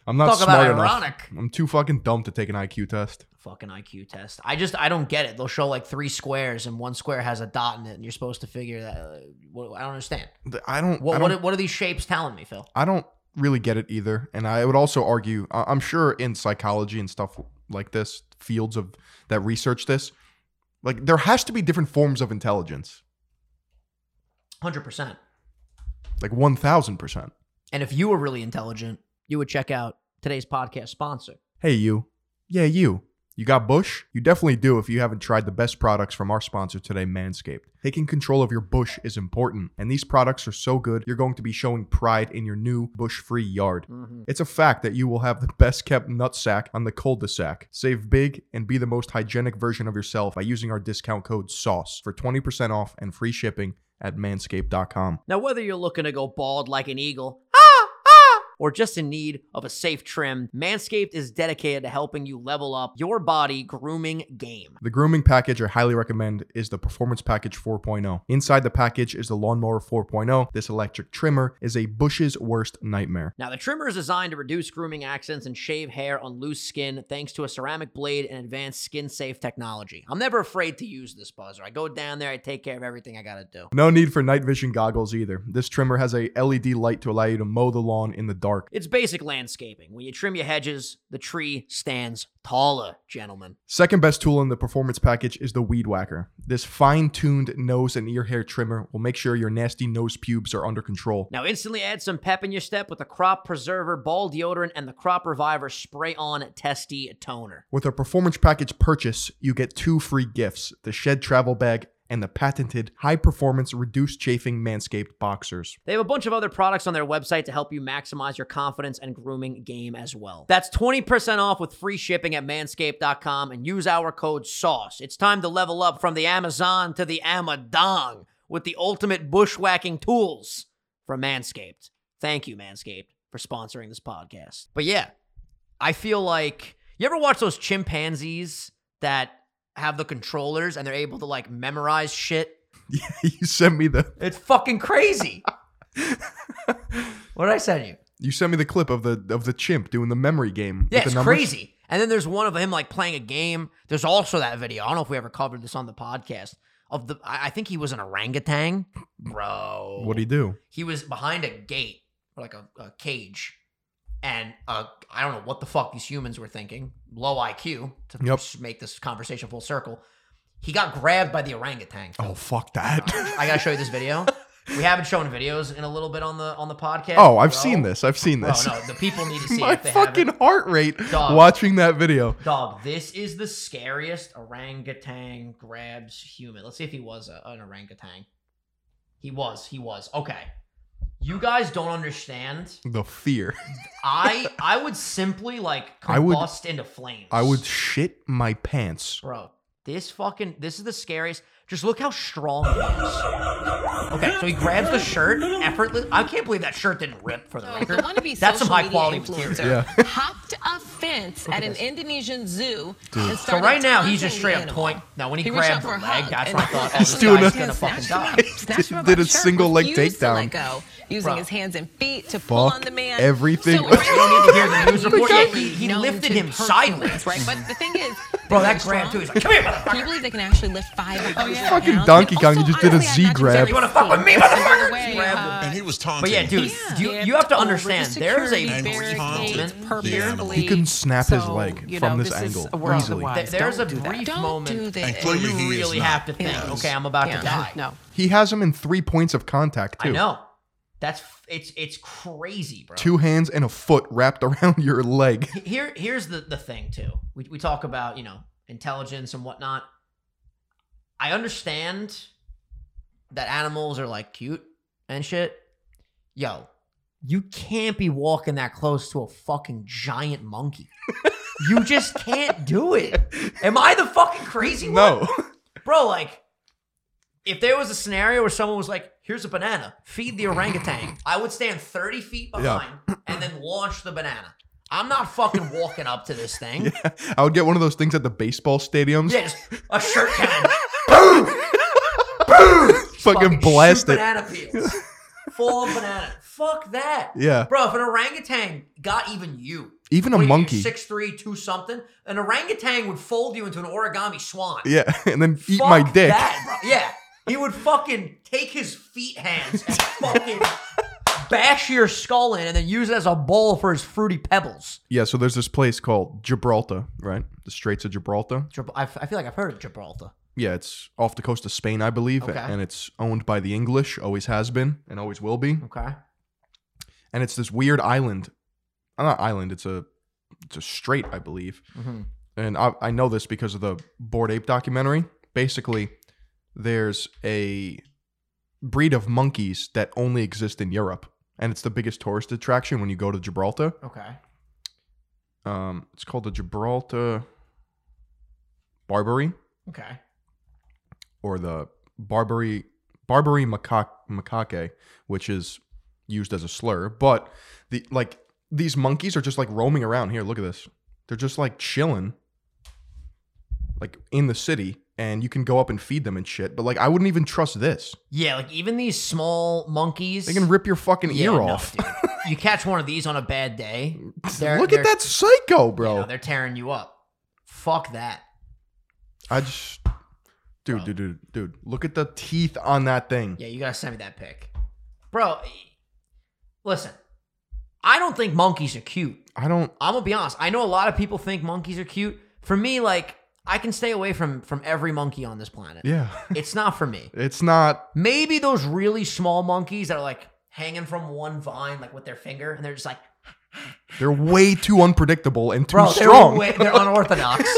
Speaker 2: I'm not
Speaker 1: Talk about
Speaker 2: smart enough.
Speaker 1: ironic.
Speaker 2: I'm too fucking dumb to take an IQ test.
Speaker 1: Fucking IQ test. I just I don't get it. They'll show like three squares and one square has a dot in it, and you're supposed to figure that. Uh, what, I don't understand.
Speaker 2: Th- I don't. I
Speaker 1: What
Speaker 2: don't,
Speaker 1: what, are- what are these shapes telling me, Phil?
Speaker 2: I don't really get it either. And I would also argue, I- I'm sure in psychology and stuff like this, fields of that research this, like there has to be different forms of intelligence.
Speaker 1: Hundred percent.
Speaker 2: Like one thousand percent.
Speaker 1: And if you were really intelligent, you would check out today's podcast sponsor.
Speaker 2: Hey, you. Yeah, you. You got Bush? You definitely do if you haven't tried the best products from our sponsor today, Manscaped. Taking control of your bush is important, and these products are so good, you're going to be showing pride in your new bush free yard. It's a fact that you will have the best kept nutsack on the cul de sac. Save big and be the most hygienic version of yourself by using our discount code SAUCE for 20% off and free shipping at manscaped.com.
Speaker 1: Now, whether you're looking to go bald like an eagle, ah, ah, or just in need of a safe trim, Manscaped is dedicated to helping you level up your body grooming game.
Speaker 2: The grooming package I highly recommend is the Performance Package 4.0. Inside the package is the Lawnmower 4.0. This electric trimmer is a bush's worst nightmare.
Speaker 1: Now, the trimmer is designed to reduce grooming accidents and shave hair on loose skin thanks to a ceramic blade and advanced skin safe technology. I'm never afraid to use this buzzer. I go down there, I take care of everything I gotta do.
Speaker 2: No need for night vision goggles either. This trimmer has a LED light to allow you to mow the lawn in the dark.
Speaker 1: It's basic landscaping. When you trim your hedges, the tree stands taller, gentlemen.
Speaker 2: Second best tool in the performance package is the Weed Whacker. This fine tuned nose and ear hair trimmer will make sure your nasty nose pubes are under control.
Speaker 1: Now instantly add some pep in your step with the Crop Preserver Ball Deodorant and the Crop Reviver Spray On Testy Toner.
Speaker 2: With a performance package purchase, you get two free gifts the Shed Travel Bag and the patented high performance reduced chafing Manscaped boxers.
Speaker 1: They have a bunch of other products on their website to help you maximize your confidence and grooming game as well. That's 20% off with free shipping at manscaped.com and use our code SAUCE. It's time to level up from the Amazon to the Amadong with the ultimate bushwhacking tools from Manscaped. Thank you, Manscaped, for sponsoring this podcast. But yeah, I feel like you ever watch those chimpanzees that have the controllers and they're able to like memorize shit?
Speaker 2: you sent me the
Speaker 1: It's fucking crazy. what did I send you?
Speaker 2: you sent me the clip of the of the chimp doing the memory game.
Speaker 1: Yeah,
Speaker 2: with the
Speaker 1: it's
Speaker 2: numbers.
Speaker 1: crazy. And then there's one of him like playing a game. There's also that video. I don't know if we ever covered this on the podcast. Of the, I I think he was an orangutan, bro.
Speaker 2: What do you do?
Speaker 1: he was behind a gate or like a, a cage and uh, i don't know what the fuck these humans were thinking low iq to
Speaker 2: Yep.
Speaker 1: s- make this conversation full circle he got grabbed by the orangutan
Speaker 2: Oh fuck that.
Speaker 1: i gotta show you this video we haven't shown videos in a little bit on the on the podcast
Speaker 2: oh, I've
Speaker 1: bro.
Speaker 2: seen this. I've seen
Speaker 1: Bro,
Speaker 2: this.
Speaker 1: Oh, no the people need to see
Speaker 2: My
Speaker 1: it if they fucking
Speaker 2: fucking heart rate
Speaker 1: Dog.
Speaker 2: watching that video.
Speaker 1: dog this is the scariest orangutan grabs human let's see if he was a, an orangutan he was he was okay You guys don't understand.
Speaker 2: The fear.
Speaker 1: I I would simply like
Speaker 2: I would-
Speaker 1: combust into flames.
Speaker 2: I would shit my pants.
Speaker 1: Bro, this fucking this is the scariest. Just look how strong he is. Okay, so he grabs the shirt effortless. I can't believe that shirt didn't rip for the
Speaker 4: So
Speaker 1: record.
Speaker 4: the wannabe
Speaker 1: That's some
Speaker 4: social
Speaker 1: high
Speaker 4: media
Speaker 1: quality material.
Speaker 4: influencer hopped a fence at an Indonesian zoo and
Speaker 1: So
Speaker 4: started
Speaker 1: right now he's
Speaker 4: taunting
Speaker 1: just straight
Speaker 4: the
Speaker 1: up
Speaker 4: animal.
Speaker 1: point. Now when he,
Speaker 4: He reached out
Speaker 1: grabbed the
Speaker 4: for a
Speaker 1: leg,
Speaker 4: hug
Speaker 1: that's
Speaker 4: and-
Speaker 1: when I thought, oh, this
Speaker 2: Still
Speaker 1: guy's
Speaker 2: not-
Speaker 1: gonna fucking die.
Speaker 4: Snatched him up- snatched him up
Speaker 2: Did
Speaker 4: by
Speaker 2: a
Speaker 4: the shirt,
Speaker 2: single leg
Speaker 4: refused to let
Speaker 2: takedown.
Speaker 4: go, using
Speaker 1: Bro.
Speaker 4: his hands and feet to pull
Speaker 2: Fuck
Speaker 4: on the man.
Speaker 2: everything.
Speaker 4: So
Speaker 2: You
Speaker 1: don't need to hear the news
Speaker 4: He's
Speaker 1: report.
Speaker 4: known
Speaker 1: He- he
Speaker 4: to
Speaker 1: lifted him
Speaker 4: hurt humans,
Speaker 1: sideways.
Speaker 4: right? But the thing is,
Speaker 1: Bro,
Speaker 4: they're
Speaker 1: that grab too.
Speaker 4: strong.
Speaker 1: He's like, come here, motherfucker.
Speaker 4: Can you believe they can actually lift 500 pounds?
Speaker 2: fucking Donkey Kong, he just did a Z grab.
Speaker 1: Oh, You wanna fuck with me, motherfucker?
Speaker 4: Way,
Speaker 1: Grab
Speaker 4: uh,
Speaker 5: and he was taunting.
Speaker 1: But yeah, dude,
Speaker 4: yeah.
Speaker 1: you, you have to
Speaker 4: Over the
Speaker 1: understand there is a
Speaker 4: security
Speaker 5: And
Speaker 4: barricades
Speaker 5: taunted
Speaker 4: purposely.
Speaker 5: the animal.
Speaker 2: He can snap his leg
Speaker 6: you
Speaker 2: from
Speaker 6: know,
Speaker 2: this
Speaker 6: is
Speaker 2: angle
Speaker 6: a world of
Speaker 2: easily.
Speaker 6: wives.
Speaker 1: There- there's
Speaker 6: Don't
Speaker 1: a
Speaker 6: do that.
Speaker 1: brief
Speaker 4: Don't
Speaker 1: moment
Speaker 4: do
Speaker 5: And
Speaker 4: this.
Speaker 1: where
Speaker 5: clearly
Speaker 1: you
Speaker 5: he is
Speaker 1: really
Speaker 5: not.
Speaker 1: have to think,
Speaker 5: Yes.
Speaker 1: okay, I'm about
Speaker 4: Yeah.
Speaker 1: to die.
Speaker 6: No.
Speaker 2: He has him in three points of contact too.
Speaker 1: I know. That's f- it's it's crazy, bro.
Speaker 2: Two hands and a foot wrapped around your leg.
Speaker 1: Here here's the the thing too. We we talk about, you know, intelligence and whatnot. I understand that animals are like cute and shit. Yo, you can't be walking that close to a fucking giant monkey. you just can't do it. Am I the fucking crazy one?
Speaker 2: No.
Speaker 1: Bro, like, if there was a scenario where someone was like, here's a banana, feed the orangutan, I would stand 30 feet behind and then launch the banana. I'm not fucking walking up to this thing. Yeah,
Speaker 2: I would get one of those things at the baseball stadiums.
Speaker 1: just a shirt cannon.
Speaker 2: fucking,
Speaker 1: fucking
Speaker 2: blast
Speaker 1: shoot
Speaker 2: it.
Speaker 1: Banana peels. Full banana. Fuck that.
Speaker 2: Yeah.
Speaker 1: Bro, if an orangutan got even you,
Speaker 2: Even a monkey.
Speaker 1: six three two something, an orangutan would fold you into an origami swan.
Speaker 2: Yeah. And then eat
Speaker 1: Fuck
Speaker 2: my dick.
Speaker 1: that, bro. Yeah. He would fucking take his feet hands and fucking bash your skull in and then use it as a bowl for his fruity pebbles.
Speaker 2: Yeah, so there's this place called Gibraltar, right? The Straits of Gibraltar.
Speaker 1: Gib- I f- I feel like I've heard of Gibraltar.
Speaker 2: Yeah, it's off the coast of Spain, I believe,
Speaker 1: Okay.
Speaker 2: and it's owned by the English, always has been, and always will be.
Speaker 1: Okay.
Speaker 2: And it's this weird island. uh, Not island, it's a it's a strait, I believe.
Speaker 1: Mhm.
Speaker 2: And I, I know this because of the Bored Ape documentary. Basically, there's a breed of monkeys that only exist in Europe, and it's the biggest tourist attraction when you go to Gibraltar.
Speaker 1: Okay.
Speaker 2: Um, it's called the Gibraltar Barbary
Speaker 1: Okay.
Speaker 2: or the Barbary Barbary macaque, macaque, which is used as a slur. But the like these monkeys are just like roaming around here. Look at this. They're just like chilling, like in the city, and you can go up and feed them and shit. But like I wouldn't even trust this.
Speaker 1: Yeah, like even these small monkeys.
Speaker 2: They can rip your fucking
Speaker 1: Yeah,
Speaker 2: ear
Speaker 1: no,
Speaker 2: off.
Speaker 1: dude. you catch one of these on a bad day. they're-
Speaker 2: Look
Speaker 1: they're-
Speaker 2: at that psycho,
Speaker 1: you
Speaker 2: bro.
Speaker 1: know, they're tearing you up. Fuck that.
Speaker 2: I just. Dude, dude, dude, dude! Look at the teeth on that thing.
Speaker 1: Yeah, you gotta send me that pic. Bro, listen. I don't think monkeys are cute.
Speaker 2: I don't.
Speaker 1: I'm gonna be honest. I know a lot of people think monkeys are cute. For me, like I can stay away from from every monkey on this planet.
Speaker 2: Yeah,
Speaker 1: It's not for me.
Speaker 2: it's not.
Speaker 1: Maybe those really small monkeys that are like hanging from one vine, like with their finger, and they're just like,
Speaker 2: They're way too unpredictable and too
Speaker 1: bro, they're,
Speaker 2: strong.
Speaker 1: way- they're unorthodox.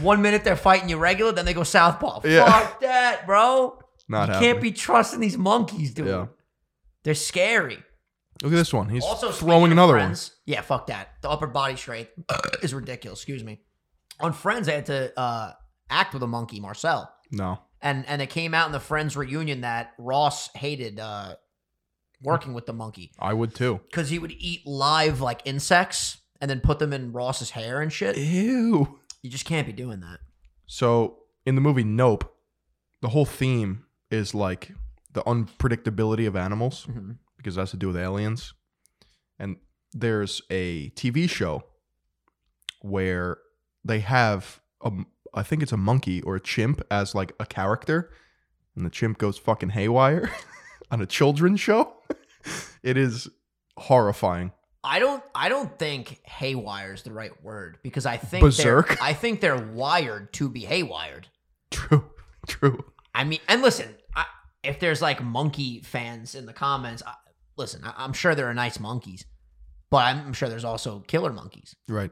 Speaker 1: one minute they're fighting you regular, then they go southpaw.
Speaker 2: Yeah.
Speaker 1: Fuck that, bro.
Speaker 2: Not
Speaker 1: you
Speaker 2: happening.
Speaker 1: can't be trusting these monkeys, dude.
Speaker 2: Yeah.
Speaker 1: They're scary.
Speaker 2: Look at this one. He's
Speaker 1: also
Speaker 2: throwing
Speaker 1: speaking of
Speaker 2: another
Speaker 1: friends, Yeah, fuck that. The upper body strength is ridiculous. Excuse me. On Friends, they had to uh, act with a monkey, Marcel,
Speaker 2: one. No.
Speaker 1: and and it came out in the Friends reunion that Ross hated uh, working with the monkey
Speaker 2: I would too.
Speaker 1: because he would eat live like insects and then put them in Ross's hair and shit.
Speaker 2: Ew.
Speaker 1: You just can't be doing that.
Speaker 2: So in the movie Nope, the whole theme is like the unpredictability of animals
Speaker 1: Mhm.
Speaker 2: because that's to do with aliens. And there's a TV show where they have a, I think it's a monkey or a chimp as like a character, and the chimp goes fucking haywire on a children's show. it is horrifying.
Speaker 1: I don't. I don't think haywire is the right word because I think They're,
Speaker 2: Berserk?
Speaker 1: I think they're wired to be haywired.
Speaker 2: True. True.
Speaker 1: I mean, and listen, I, if there's like monkey fans in the comments, I, listen, I, I'm sure there are nice monkeys, but I'm sure there's also killer monkeys.
Speaker 2: Right.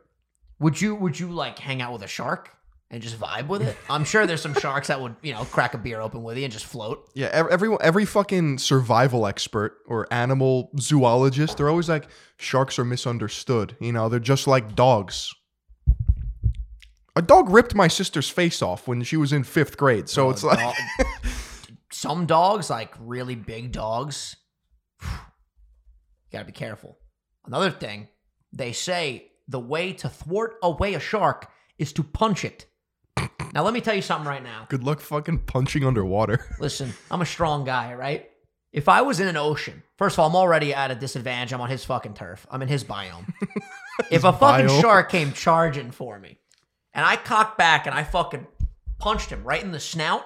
Speaker 1: Would you would you like hang out with a shark and just vibe with it. I'm sure there's some sharks that would, you know, crack a beer open with you and just float.
Speaker 2: Yeah, ev- every every fucking survival expert or animal zoologist, they're always like sharks are misunderstood. You know, they're just like dogs. A dog ripped my sister's face off when she was in fifth grade, so it's like
Speaker 1: Oh, Dog- Uh, some dogs, like really big dogs, gotta be careful. Another thing, they say the way to thwart away a shark is to punch it. Now, let me tell you something right now.
Speaker 2: good luck fucking punching underwater.
Speaker 1: Listen, I'm a strong guy, right? If I was in an ocean, first of all, I'm already at a disadvantage. I'm on his fucking turf. I'm in his biome. if a fucking
Speaker 2: biome.
Speaker 1: shark came charging for me and I cocked back and I fucking punched him right in the snout,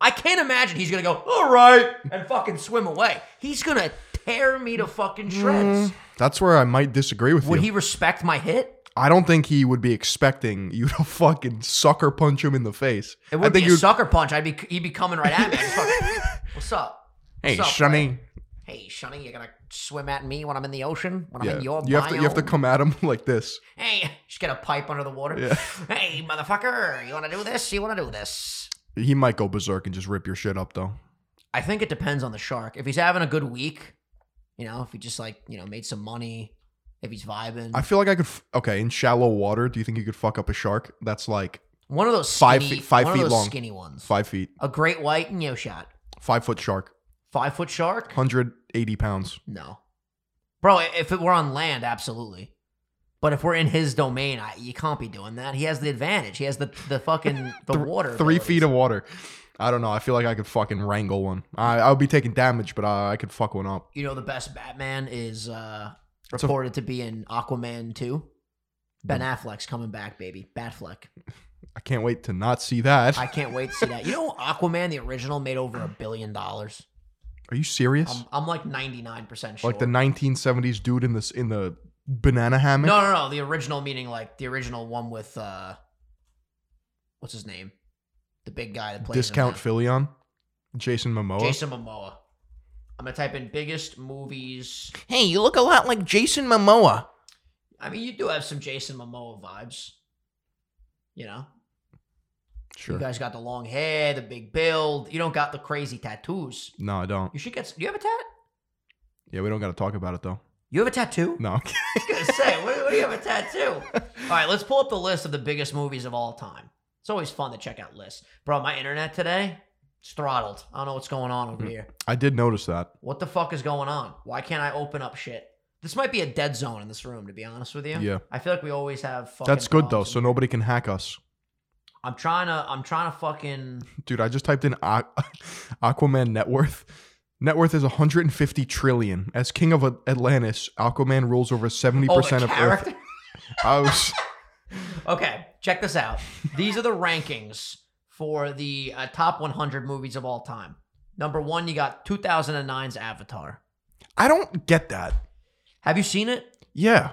Speaker 1: I can't imagine he's gonna go, all right, and fucking swim away. He's gonna tear me to fucking
Speaker 2: Mm.
Speaker 1: shreds.
Speaker 2: That's where I might disagree with
Speaker 1: Would
Speaker 2: you.
Speaker 1: he respect my hit?
Speaker 2: I don't think he would be expecting you to fucking sucker punch him in the face.
Speaker 1: It
Speaker 2: I
Speaker 1: would be
Speaker 2: think
Speaker 1: a
Speaker 2: you'd-
Speaker 1: sucker punch. I'd be he'd be coming right at me. I'd be fucking, What's up?
Speaker 2: Hey,
Speaker 1: Sup,
Speaker 2: Shunny.
Speaker 1: Hey, Shunny, you're gonna swim at me when I'm in the ocean, when I'm
Speaker 2: Yeah.
Speaker 1: in your
Speaker 2: You have to you have to
Speaker 1: biome?
Speaker 2: come at him like this.
Speaker 1: Hey, just get a pipe under the water.
Speaker 2: Yeah.
Speaker 1: Hey, motherfucker, you wanna do this? You wanna do this?
Speaker 2: He might go berserk and just rip your shit up though.
Speaker 1: I think it depends on the shark. If he's having a good week, you know, if he just like you know made some money, if he's vibing,
Speaker 2: I feel like I could. F- okay, in shallow water, do you think you could fuck up a shark? That's like
Speaker 1: one of those
Speaker 2: five
Speaker 1: skinny,
Speaker 2: feet- five
Speaker 1: one of
Speaker 2: feet
Speaker 1: those
Speaker 2: long.
Speaker 1: skinny ones,
Speaker 2: five feet,
Speaker 1: a great white and yo shot,
Speaker 2: five foot shark,
Speaker 1: five foot shark.
Speaker 2: hundred eighty pounds.
Speaker 1: No, bro, i- if it were on land, absolutely. But if we're in his domain, I, you can't be doing that. He has the advantage. He has the the fucking the
Speaker 2: Th-
Speaker 1: water.
Speaker 2: three
Speaker 1: abilities.
Speaker 2: feet of water. I don't know. I feel like I could fucking wrangle one. I I would be taking damage, but I, I could fuck one up.
Speaker 1: you know the best Batman is uh
Speaker 2: It's a-
Speaker 1: reported to be in Aquaman 2.
Speaker 2: Hmm.
Speaker 1: Ben Affleck's coming back, baby. Batfleck.
Speaker 2: I can't wait to not see that.
Speaker 1: I can't wait to see that. You know Aquaman the original made over a billion dollars.
Speaker 2: Are you serious?
Speaker 1: I'm, I'm like 99% sure.
Speaker 2: like the 1970s dude in this in the banana hammock.
Speaker 1: No, no, no, the original meaning like the original one with uh what's his name? The big guy that plays him
Speaker 2: Discount
Speaker 1: now.
Speaker 2: Filion, Jason Momoa.
Speaker 1: Jason Momoa. I'm going to type in biggest movies.
Speaker 2: Hey, you look a lot like Jason Momoa.
Speaker 1: I mean, you do have some Jason Momoa vibes. You know?
Speaker 2: Sure.
Speaker 1: You guys got the long hair, the big build. You don't got the crazy tattoos.
Speaker 2: no, I don't.
Speaker 1: You should get. Do you have a tat?
Speaker 2: Yeah, we don't got to talk about it though.
Speaker 1: You have a tattoo?
Speaker 2: No. I'm kidding.
Speaker 1: I was gonna say, what, what do you have a tattoo? All right, let's pull up the list of the biggest movies of all time. It's always fun to check out lists, bro. My internet today, it's throttled. I don't know what's going on over here.
Speaker 2: I did notice that.
Speaker 1: What the fuck is going on? Why can't I open up shit? This might be a dead zone in this room, to be honest with you.
Speaker 2: Yeah.
Speaker 1: I feel like we always have. Fucking
Speaker 2: That's good though,
Speaker 1: problems.
Speaker 2: so nobody can hack us.
Speaker 1: I'm trying to. I'm trying to fucking.
Speaker 2: Dude, I just typed in Aqu- Aquaman net worth. Net worth is 150 trillion. As king of Atlantis, Aquaman rules over 70%
Speaker 1: Oh,
Speaker 2: of
Speaker 1: the
Speaker 2: Earth.
Speaker 1: character.
Speaker 2: I was
Speaker 1: Okay, check this out. These are the rankings for the uh, top 100 movies of all time. Number one, you got 2009's Avatar.
Speaker 2: I don't get that.
Speaker 1: Have you seen it?
Speaker 2: Yeah.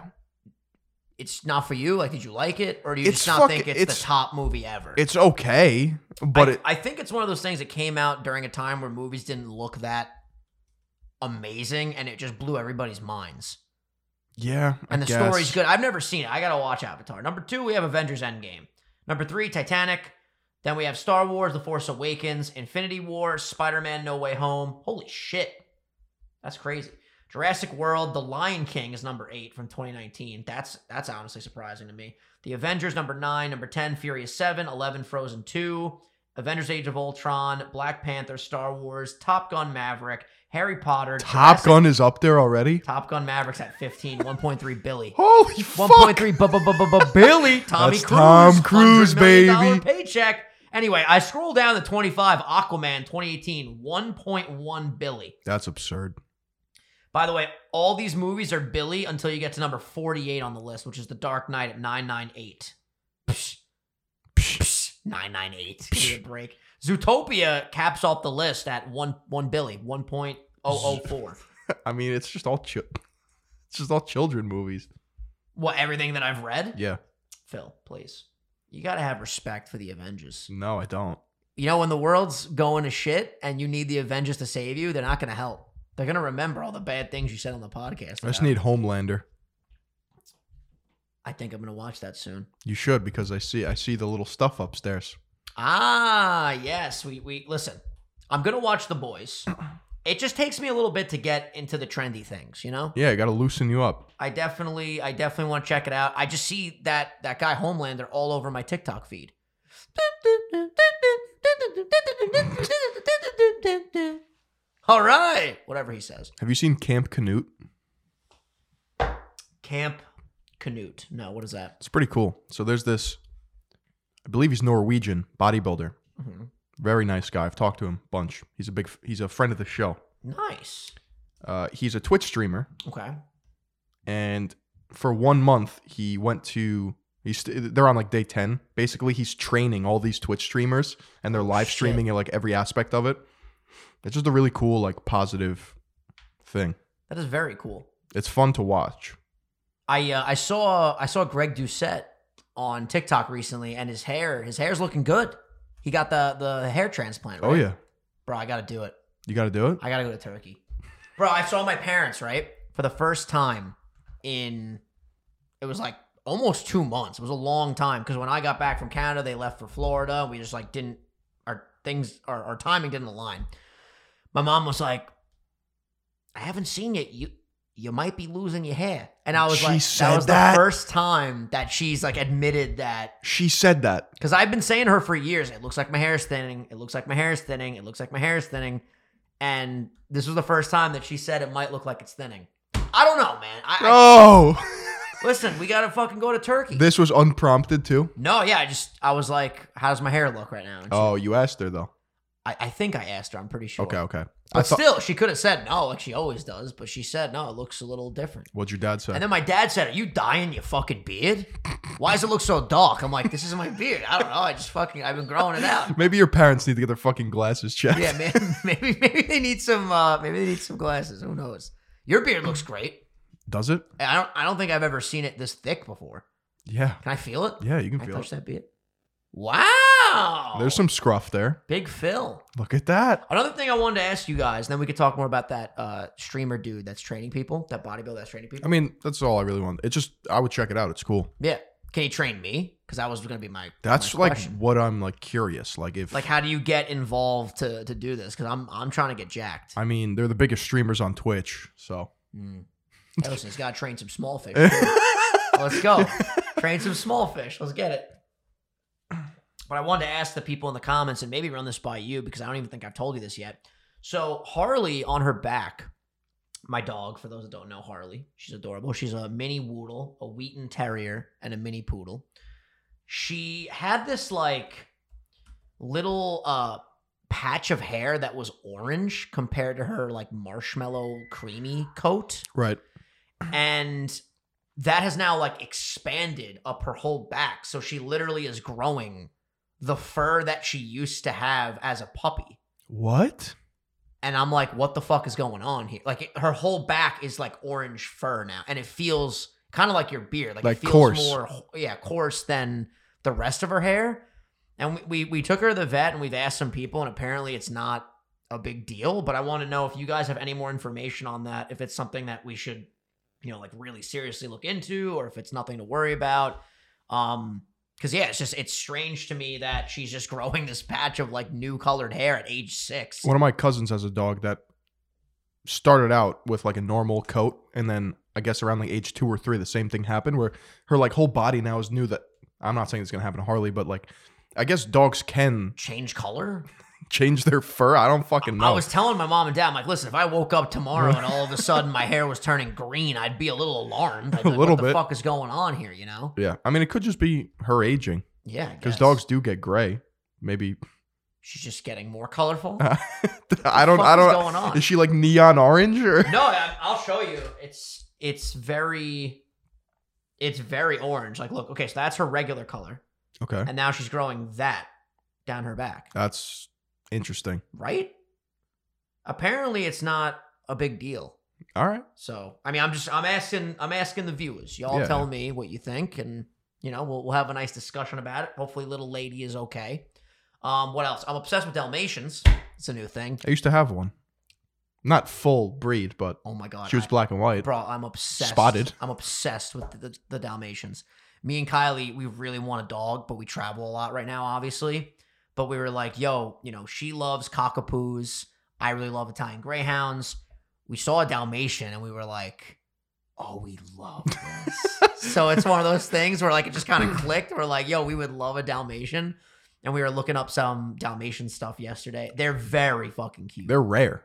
Speaker 1: It's not for you. Like, did you like it, or do you
Speaker 2: It's
Speaker 1: just not
Speaker 2: fuck-
Speaker 1: think it's,
Speaker 2: it's-
Speaker 1: the top movie ever?
Speaker 2: It's okay, but
Speaker 1: I,
Speaker 2: it
Speaker 1: I think it's one of those things that came out during a time where movies didn't look that amazing, and it just blew everybody's minds.
Speaker 2: yeah,
Speaker 1: And the
Speaker 2: I guess.
Speaker 1: story's good. I've never seen it. I gotta watch Avatar. Number two, we have Avengers Endgame. Number three, Titanic. Then we have Star Wars, The Force Awakens, Infinity War, Spider Man, No Way Home. Holy shit. That's crazy. Jurassic World, The Lion King is number eight from 2019. That's that's honestly surprising to me. The Avengers, number nine. Number 10, Furious 7. 11, Frozen 2. Avengers Age of Ultron, Black Panther, Star Wars, Top Gun Maverick, Harry Potter.
Speaker 2: Top
Speaker 1: Jurassic-
Speaker 2: Gun is up there already.
Speaker 1: Top Gun Mavericks at 15, 1.3 billion.
Speaker 2: Holy
Speaker 1: One
Speaker 2: fuck.
Speaker 1: point three bu- bu- bu- bu- bu- Billy Tommy
Speaker 2: That's
Speaker 1: Cruise,
Speaker 2: Tom Cruise,
Speaker 1: $100 million
Speaker 2: baby.
Speaker 1: paycheck. Anyway, I scroll down to twenty five. Aquaman, twenty eighteen, one point one Billy.
Speaker 2: That's absurd.
Speaker 1: By the way, all these movies are Billy until you get to number forty eight on the list, which is The Dark Knight at nine nine eight. Nine nine eight. Give me a break. Zootopia caps off the list at one one Billy, one point oh oh four.
Speaker 2: I mean, it's just all chil- It's just all children movies.
Speaker 1: What everything that I've read,
Speaker 2: Yeah.
Speaker 1: Phil, please. You gotta have respect for the Avengers.
Speaker 2: No, I don't.
Speaker 1: you know, when the world's going to shit and you need the Avengers to save you, they're not going to help. They're going to remember all the bad things you said on the podcast.
Speaker 2: I just
Speaker 1: about-
Speaker 2: need Homelander.
Speaker 1: I think I'm gonna watch that soon.
Speaker 2: You should because I see I see the little stuff upstairs.
Speaker 1: Ah, yes. We we listen. I'm gonna watch the boys. It just takes me a little bit to get into the trendy things, you know.
Speaker 2: Yeah, I got to loosen you up.
Speaker 1: I definitely, I definitely want to check it out. I just see that that guy Homelander all over my TikTok feed. All right, whatever he says.
Speaker 2: Have you seen Camp Canute?
Speaker 1: Camp Canute. No, what is that?
Speaker 2: It's pretty cool. So there's this, I believe he's Norwegian bodybuilder. Very nice guy. I've talked to him a bunch. He's a big. He's a friend of the show.
Speaker 1: Nice.
Speaker 2: Uh, he's a Twitch streamer,
Speaker 1: Okay.
Speaker 2: and for one month he went to. He's st- they're on like day ten. Basically, he's training all these Twitch streamers, and they're live
Speaker 1: Shit.
Speaker 2: streaming like every aspect of it. It's just a really cool, like positive thing.
Speaker 1: That is very cool.
Speaker 2: It's fun to watch.
Speaker 1: I uh, I saw I saw Greg Doucette on TikTok recently, and his hair his hair's looking good. He got the the hair transplant.
Speaker 2: Oh
Speaker 1: right?
Speaker 2: yeah,
Speaker 1: bro, I gotta do it.
Speaker 2: you got to do it.
Speaker 1: I gotta go to Turkey. Bro, I saw my parents, right? For the first time in it was like almost two months. It was a long time because when I got back from Canada, they left for Florida. We just like didn't our things our, our timing didn't align. My mom was like, I haven't seen it. You you might be losing your hair. And I was
Speaker 2: She
Speaker 1: like,
Speaker 2: said
Speaker 1: that was
Speaker 2: that?
Speaker 1: the first time that she's like admitted that
Speaker 2: She said that.
Speaker 1: because I've been saying to her for years, it looks like my hair is thinning. It looks like my hair is thinning. It looks like my hair is thinning. And this was the first time that she said it might look like it's thinning. I don't know, man. I, I-
Speaker 2: Oh,
Speaker 1: listen, we gotta fucking go to Turkey.
Speaker 2: this was unprompted too.
Speaker 1: no, yeah, I just I was like, how does my hair look right now? And she-
Speaker 2: Oh, you asked her though.
Speaker 1: I, I think I asked her. I'm pretty sure.
Speaker 2: Okay, okay.
Speaker 1: But
Speaker 2: I thought.
Speaker 1: still, she could have said no, like she always does. But she said no. It looks a little different.
Speaker 2: What'd your dad say?
Speaker 1: And then my dad said, "Are you dyeing your fucking beard? Why does it look so dark?" I'm like, "This is my beard. I don't know. I just fucking I've been growing it out."
Speaker 2: Maybe your parents need to get their fucking glasses checked.
Speaker 1: Yeah, man. Maybe maybe they need some uh maybe they need some glasses. Who knows? Your beard looks great.
Speaker 2: Does it?
Speaker 1: I don't I don't think I've ever seen it this thick before.
Speaker 2: Yeah.
Speaker 1: Can I feel it?
Speaker 2: Yeah, you can
Speaker 1: Can I
Speaker 2: feel
Speaker 1: touch
Speaker 2: it.
Speaker 1: that beard? Wow.
Speaker 2: There's some scruff there.
Speaker 1: big Phil.
Speaker 2: Look at that.
Speaker 1: Another thing I wanted to ask you guys, and then we could talk more about that uh streamer dude that's training people, that bodybuilder that's training people.
Speaker 2: I mean, that's all I really want. It's just I would check it out. It's cool.
Speaker 1: yeah. Can he train me? Because that was gonna be my
Speaker 2: That's
Speaker 1: my
Speaker 2: like
Speaker 1: question.
Speaker 2: what I'm like curious. Like if
Speaker 1: like how do you get involved to to do this? Because I'm I'm trying to get jacked.
Speaker 2: I mean, they're the biggest streamers on Twitch, so
Speaker 1: Mm. Hey, listen, he's got to train some small fish. too. Let's go. Train some small fish. Let's get it. But I wanted to ask the people in the comments and maybe run this by you because I don't even think I've told you this yet. So, Harley on her back, my dog, for those that don't know Harley, she's adorable. She's a mini woodle, a Wheaton Terrier, and a mini poodle. She had this like little uh patch of hair that was orange compared to her like marshmallow creamy coat
Speaker 2: right.
Speaker 1: and that has now like expanded up her whole back so she literally is growing the fur that she used to have as a puppy
Speaker 2: What?
Speaker 1: and i'm like what the fuck is going on here like it, her whole back is like orange fur now and it feels kind of like your beard like,
Speaker 2: Like
Speaker 1: it feels
Speaker 2: coarse.
Speaker 1: more yeah coarse than the rest of her hair and we, we we took her to the vet and we've asked some people and apparently it's not a big deal but i want to know if you guys have any more information on that if it's something that we should you know like really seriously look into or if it's nothing to worry about um because yeah it's just it's strange to me that she's just growing this patch of like new colored hair at age six
Speaker 2: One of my cousins has a dog that started out with like a normal coat and then I guess around like age 2 or 3 the same thing happened where her like whole body now is new that I'm not saying it's going to happen to Harley but like I guess dogs can
Speaker 1: change color
Speaker 2: change their fur. I don't fucking know.
Speaker 1: I was telling my mom and dad, I'm like, listen, if I woke up tomorrow and all of a sudden my hair was turning green, I'd be a little alarmed. I'd be
Speaker 2: A
Speaker 1: like,
Speaker 2: little
Speaker 1: what
Speaker 2: bit.
Speaker 1: the fuck is going on here, you know?
Speaker 2: yeah. I mean, it could just be her aging
Speaker 1: Yeah. I
Speaker 2: because
Speaker 1: guess.
Speaker 2: dogs do get gray. Maybe
Speaker 1: She's just getting more colorful.
Speaker 2: I don't.
Speaker 1: fuck
Speaker 2: I
Speaker 1: is
Speaker 2: don't.
Speaker 1: going on?
Speaker 2: Is she like neon orange or?
Speaker 1: no, I, I'll show you. It's it's very it's very orange. Like, look, okay, so that's her regular color,
Speaker 2: Okay,
Speaker 1: and now she's growing that down her back,
Speaker 2: that's interesting.
Speaker 1: right? Apparently, it's not a big deal.
Speaker 2: All right.
Speaker 1: So I mean, I'm just I'm asking I'm asking the viewers. Y'all
Speaker 2: Yeah.
Speaker 1: tell me what you think, and you know we'll we'll have a nice discussion about it. Hopefully, little lady is okay. Um, what else? I'm obsessed with Dalmatians. It's a new thing.
Speaker 2: I used to have one. Not full breed, but
Speaker 1: Oh my god.
Speaker 2: she was
Speaker 1: I-
Speaker 2: black and white.
Speaker 1: Bro, I'm obsessed.
Speaker 2: Spotted.
Speaker 1: I'm obsessed with the, the, the Dalmatians. Me and Kylie, we really want a dog, but we travel a lot right now, obviously. But we were like, yo, you know, she loves cockapoos. I really love Italian greyhounds. We saw a Dalmatian and we were like, oh, we love this. so it's one of those things where like it just kind of clicked. We're like, yo, we would love a Dalmatian. And we were looking up some Dalmatian stuff yesterday. They're very fucking cute.
Speaker 2: They're rare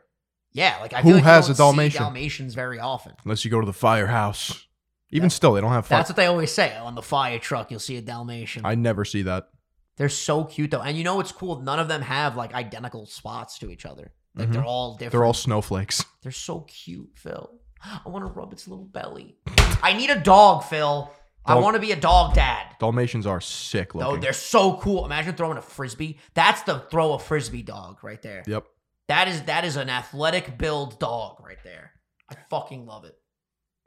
Speaker 1: yeah, like I
Speaker 2: Who
Speaker 1: feel like you
Speaker 2: has
Speaker 1: don't
Speaker 2: a
Speaker 1: see
Speaker 2: Dalmatian?
Speaker 1: Dalmatians very often.
Speaker 2: unless you go to the firehouse. Even still, they don't have fire.
Speaker 1: That's what they always say. On the fire truck, you'll see a Dalmatian.
Speaker 2: I never see that.
Speaker 1: they're so cute though, and you know what's cool? None of them have like identical spots to each other. Like they're all different.
Speaker 2: Mm-hmm. They're all snowflakes.
Speaker 1: They're so cute, Phil. I want to rub its little belly. I need a dog, Phil. I
Speaker 2: Dog-
Speaker 1: want to be a dog dad.
Speaker 2: Dalmatians are sick
Speaker 1: Though
Speaker 2: looking.
Speaker 1: Oh, they're so cool. Imagine throwing a frisbee. That's the throw a frisbee dog right there.
Speaker 2: yep.
Speaker 1: That is that is an athletic build dog right there. I fucking love it.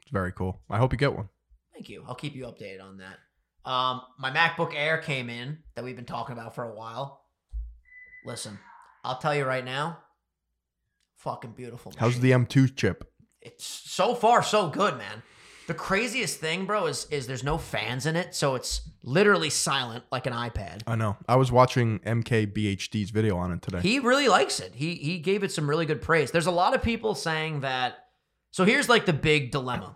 Speaker 2: It's very cool. I hope you get one.
Speaker 1: Thank you. I'll keep you updated on that. Um, my MacBook Air came in that we've been talking about for a while. Listen, I'll tell you right now, fucking beautiful.
Speaker 2: How's
Speaker 1: machine.
Speaker 2: the M2 chip?
Speaker 1: It's so far so good, man. The craziest thing, bro, is is there's no fans in it, so it's literally silent like an iPad.
Speaker 2: I know. I was watching MKBHD's video on it today.
Speaker 1: He really likes it. He he gave it some really good praise. There's a lot of people saying that. So here's like the big dilemma.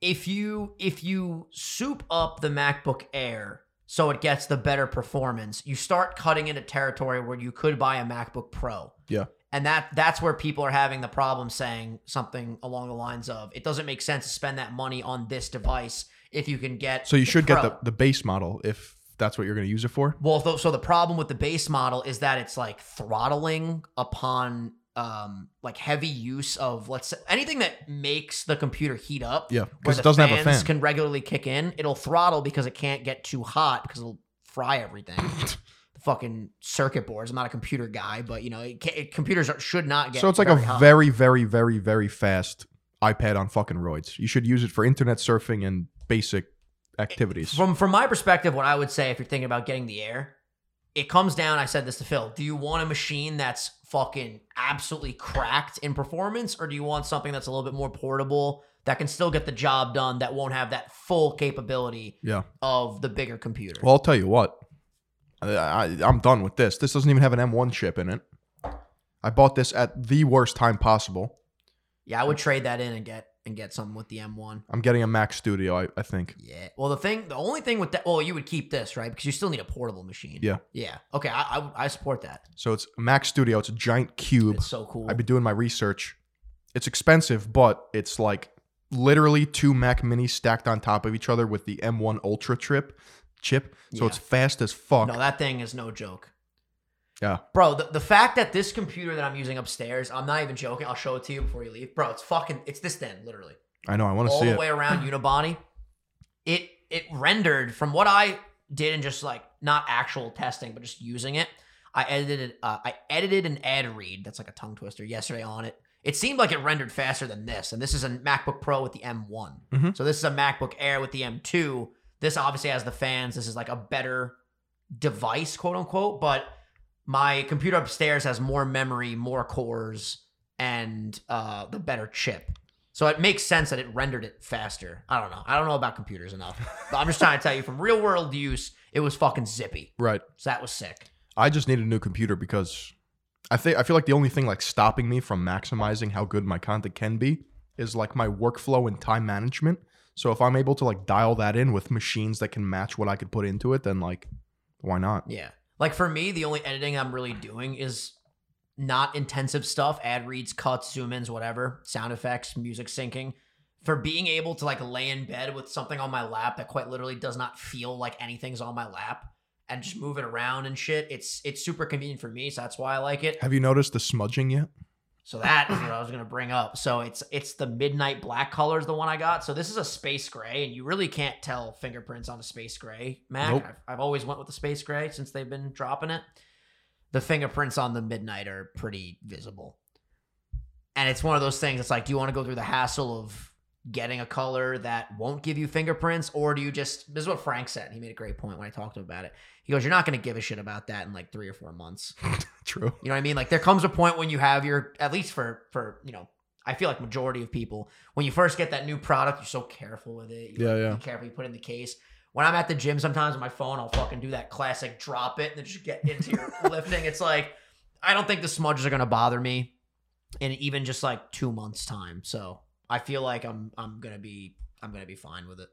Speaker 1: If you if you soup up the MacBook Air so it gets the better performance, you start cutting into territory where you could buy a MacBook Pro.
Speaker 2: yeah.
Speaker 1: And that that's where people are having the problem saying something along the lines of it doesn't make sense to spend that money on this device if you can get
Speaker 2: So you should get
Speaker 1: Pro."
Speaker 2: the, the base model if that's what you're going to use it for.
Speaker 1: Well, th- so the problem with the base model is that it's like throttling upon um like heavy use of let's say anything that makes the computer heat up.
Speaker 2: Yeah,
Speaker 1: where
Speaker 2: 'cause it
Speaker 1: the
Speaker 2: doesn't have a
Speaker 1: fans
Speaker 2: fan.
Speaker 1: Can regularly kick in. It'll throttle because it can't get too hot because it'll fry everything. the fucking circuit boards. I'm not a computer guy, but you know, it can it, computers are, should not get.
Speaker 2: So it's like a
Speaker 1: very hot.
Speaker 2: very, very, very, very fast iPad on fucking roids. You should use it for internet surfing and basic activities.
Speaker 1: From from my perspective, what I would say if you're thinking about getting the air, it comes down. I said this to Phil. Do you want a machine that's fucking absolutely cracked in performance, or do you want something that's a little bit more portable that can still get the job done that won't have that full capability
Speaker 2: yeah.
Speaker 1: of the bigger computer?
Speaker 2: Well, I'll tell you what. I, I, I'm done with this. This doesn't even have an M1 chip in it. I bought this at the worst time possible.
Speaker 1: yeah, I would trade that in and get and get something with the M1.
Speaker 2: I'm getting a Mac Studio, I, I think.
Speaker 1: Yeah. Well, the thing, the only thing with that, well, you would keep this, right? Because you still need a portable machine.
Speaker 2: Yeah.
Speaker 1: Yeah. Okay. I I, I support that.
Speaker 2: So it's a Mac Studio. It's a giant cube.
Speaker 1: It's so cool.
Speaker 2: I've been doing my research. It's expensive, but it's like literally two Mac Minis stacked on top of each other with the M1 Ultra trip chip. So
Speaker 1: Yeah.
Speaker 2: it's fast as fuck.
Speaker 1: No, that thing is no joke.
Speaker 2: yeah.
Speaker 1: Bro, the, the fact that this computer that I'm using upstairs, I'm not even joking. I'll show it to you before you leave. Bro, it's fucking, it's this thin, literally.
Speaker 2: I know. I want to
Speaker 1: All
Speaker 2: see
Speaker 1: the
Speaker 2: it.
Speaker 1: way around unibody. It it rendered from what I did and just like not actual testing, but just using it. I edited uh, I edited an ad read that's like a tongue twister yesterday on it. It seemed like it rendered faster than this, and this is a MacBook Pro with the M1.
Speaker 2: Mhm.
Speaker 1: So this is a MacBook Air with the M2. This obviously has the fans. This is like a better device, quote unquote. But my computer upstairs has more memory, more cores, and uh, the better chip. So it makes sense that it rendered it faster. I don't know. I don't know about computers enough. But I'm just trying to tell you from real world use, it was fucking zippy.
Speaker 2: Right.
Speaker 1: So that was sick.
Speaker 2: I just need a new computer because I think I feel like the only thing like stopping me from maximizing how good my content can be is like my workflow and time management. So if I'm able to like dial that in with machines that can match what I could put into it, then like why not?
Speaker 1: Yeah. Like for me, the only editing I'm really doing is not intensive stuff, ad reads, cuts, zoom ins, whatever, sound effects, music syncing. For being able to like lay in bed with something on my lap that quite literally does not feel like anything's on my lap and just move it around and shit, it's it's super convenient for me, so that's why I like it.
Speaker 2: Have you noticed the smudging yet?
Speaker 1: So that is what I was gonna bring up. So it's it's the midnight black color is the one I got. So this is a space gray, and you really can't tell fingerprints on a space gray Mac.
Speaker 2: Nope.
Speaker 1: I've, I've always went with the space gray since they've been dropping it. The fingerprints on the midnight are pretty visible, and it's one of those things. It's like, do you want to go through the hassle of getting a color that won't give you fingerprints, or do you just? This is what Frank said. He made a great point when I talked to him about it. He goes, "You're not gonna give a shit about that in like three or four months."
Speaker 2: True.
Speaker 1: You know what I mean? Like there comes a point when you have your at least for for you know I feel like majority of people when you first get that new product you're so careful with it. You
Speaker 2: Yeah,
Speaker 1: like,
Speaker 2: yeah.
Speaker 1: Be careful you put it in the case. When I'm at the gym, sometimes on my phone I'll fucking do that classic drop it and then just get into your lifting. It's like I don't think the smudges are gonna bother me in even just like two months time. So I feel like I'm I'm gonna be I'm gonna be fine with it.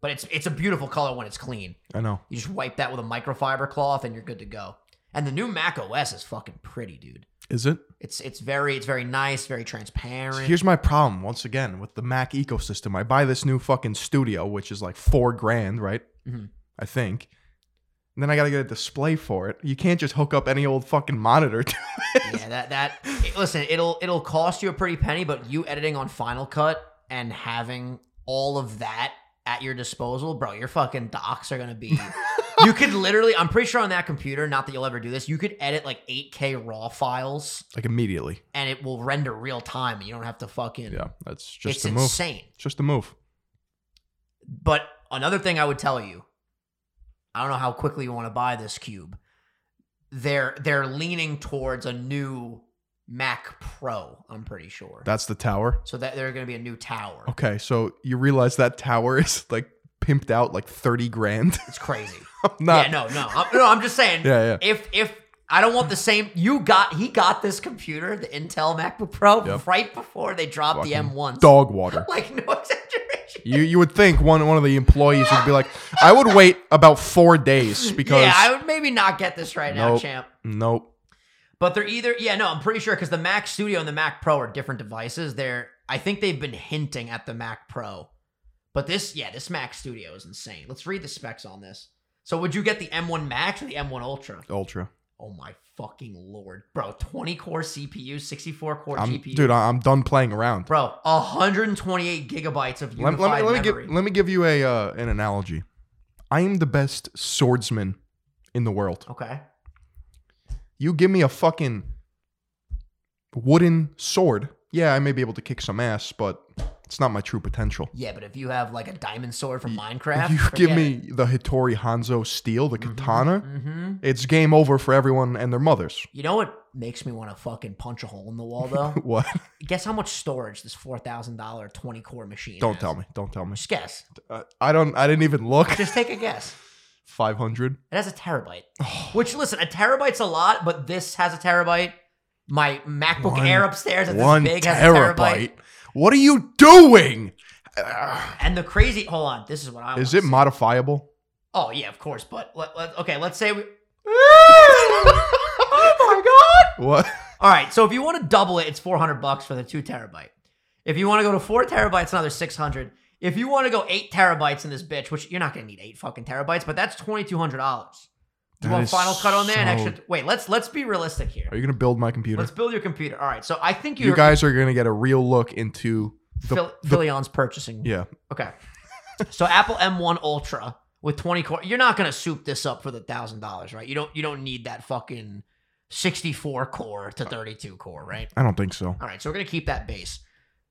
Speaker 1: But it's it's a beautiful color when it's clean.
Speaker 2: I know.
Speaker 1: You just wipe that with a microfiber cloth and you're good to go. And the new Mac OS is fucking pretty, dude.
Speaker 2: Is it?
Speaker 1: It's it's very it's very nice, very transparent.
Speaker 2: Here's my problem once again with the Mac ecosystem. I buy this new fucking studio, which is like four grand, right?
Speaker 1: Mhm.
Speaker 2: I think. And then I gotta get a display for it. You can't just hook up any old fucking monitor. To it.
Speaker 1: yeah, that that it- listen, it'll it'll cost you a pretty penny, but you editing on Final Cut and having all of that at your disposal, bro, your fucking docs are gonna be. you could literally, I'm pretty sure on that computer, not that you'll ever do this, you could edit like 8K raw files
Speaker 2: Like immediately.
Speaker 1: and it will render real time, and you don't have to fucking.
Speaker 2: Yeah, that's just
Speaker 1: it's
Speaker 2: a move.
Speaker 1: insane.
Speaker 2: Just a move.
Speaker 1: But another thing I would tell you, I don't know how quickly you want to buy this cube. They're they're leaning towards a new Mac Pro. I'm pretty sure.
Speaker 2: That's the tower.
Speaker 1: so that they're going to be a new tower.
Speaker 2: Okay, so you realize that tower is like pimped out like thirty grand.
Speaker 1: It's crazy.
Speaker 2: Not,
Speaker 1: yeah, no, no, I'm, no. I'm just saying.
Speaker 2: Yeah, yeah.
Speaker 1: If if I don't want the same, you got he got this computer, the Intel MacBook Pro,
Speaker 2: Yep.
Speaker 1: right before they dropped the
Speaker 2: Fucking
Speaker 1: M1.
Speaker 2: Dog water.
Speaker 1: Like no exaggeration.
Speaker 2: You you would think one one of the employees would be like, I would wait about four days because
Speaker 1: yeah, I would maybe not get this right now,
Speaker 2: Nope.
Speaker 1: champ.
Speaker 2: nope.
Speaker 1: But they're either yeah, no, I'm pretty sure because the Mac Studio and the Mac Pro are different devices. They're I think they've been hinting at the Mac Pro. But this, yeah, this Mac Studio is insane. Let's read the specs on this. So would you get the M1 Max or the M1 Ultra?
Speaker 2: Ultra.
Speaker 1: Oh my fucking lord. Bro, 20 core CPU, 64 core
Speaker 2: I'm,
Speaker 1: GPU.
Speaker 2: dude, I- I'm done playing around.
Speaker 1: Bro, 128 gigabytes of
Speaker 2: Let,
Speaker 1: unified
Speaker 2: let me let me
Speaker 1: memory.
Speaker 2: give let me give you a uh, an analogy. I am the best swordsman in the world.
Speaker 1: okay.
Speaker 2: You give me a fucking wooden sword. Yeah, I may be able to kick some ass, but it's not my true potential.
Speaker 1: Yeah, but if you have like a diamond sword from Minecraft,
Speaker 2: you give me the Hitori Hanzo steel,
Speaker 1: Mm-hmm,
Speaker 2: the katana.
Speaker 1: hmm
Speaker 2: It's game over for everyone and their mothers.
Speaker 1: You know what makes me want to fucking punch a hole in the wall though?
Speaker 2: What?
Speaker 1: Guess how much storage this four thousand dollar twenty core machine?
Speaker 2: Don't
Speaker 1: has?
Speaker 2: tell me. Don't tell me.
Speaker 1: Just guess.
Speaker 2: Uh, I don't. I didn't even look.
Speaker 1: Just take a guess.
Speaker 2: Five hundred.
Speaker 1: It has a terabyte. Which listen, a terabyte's a lot, but this has a terabyte. My MacBook
Speaker 2: One-
Speaker 1: Air upstairs at this
Speaker 2: One
Speaker 1: big has a terabyte.
Speaker 2: terabyte. What are you doing? Uh,
Speaker 1: And the crazy hold on, this is what I
Speaker 2: Is
Speaker 1: wanna
Speaker 2: it
Speaker 1: see.
Speaker 2: modifiable?
Speaker 1: Oh yeah, of course. But let, let, okay, let's say we Oh my god!
Speaker 2: What?
Speaker 1: All right, so if you want to double it, it's four hundred bucks for the two terabyte. If you want to go to four terabytes, another six hundred. If you want to go eight terabytes in this bitch, which you're not gonna need eight fucking terabytes, but that's twenty two hundred dollars. You
Speaker 2: That
Speaker 1: want
Speaker 2: is
Speaker 1: Final Cut on there? An
Speaker 2: so-
Speaker 1: extra. Wait, let's let's be realistic here.
Speaker 2: Are you gonna build my computer?
Speaker 1: Let's build your computer. All right, so I think you're,
Speaker 2: you guys are gonna get a real look into the.
Speaker 1: Phil, Philion's purchasing.
Speaker 2: yeah.
Speaker 1: Okay. so Apple M1 Ultra with 20 core. You're not gonna soup this up for the thousand dollars, right? You don't you don't need that fucking 64 core
Speaker 2: Uh,
Speaker 1: to 32 core, right?
Speaker 2: I don't think so.
Speaker 1: All right, so we're gonna keep that base.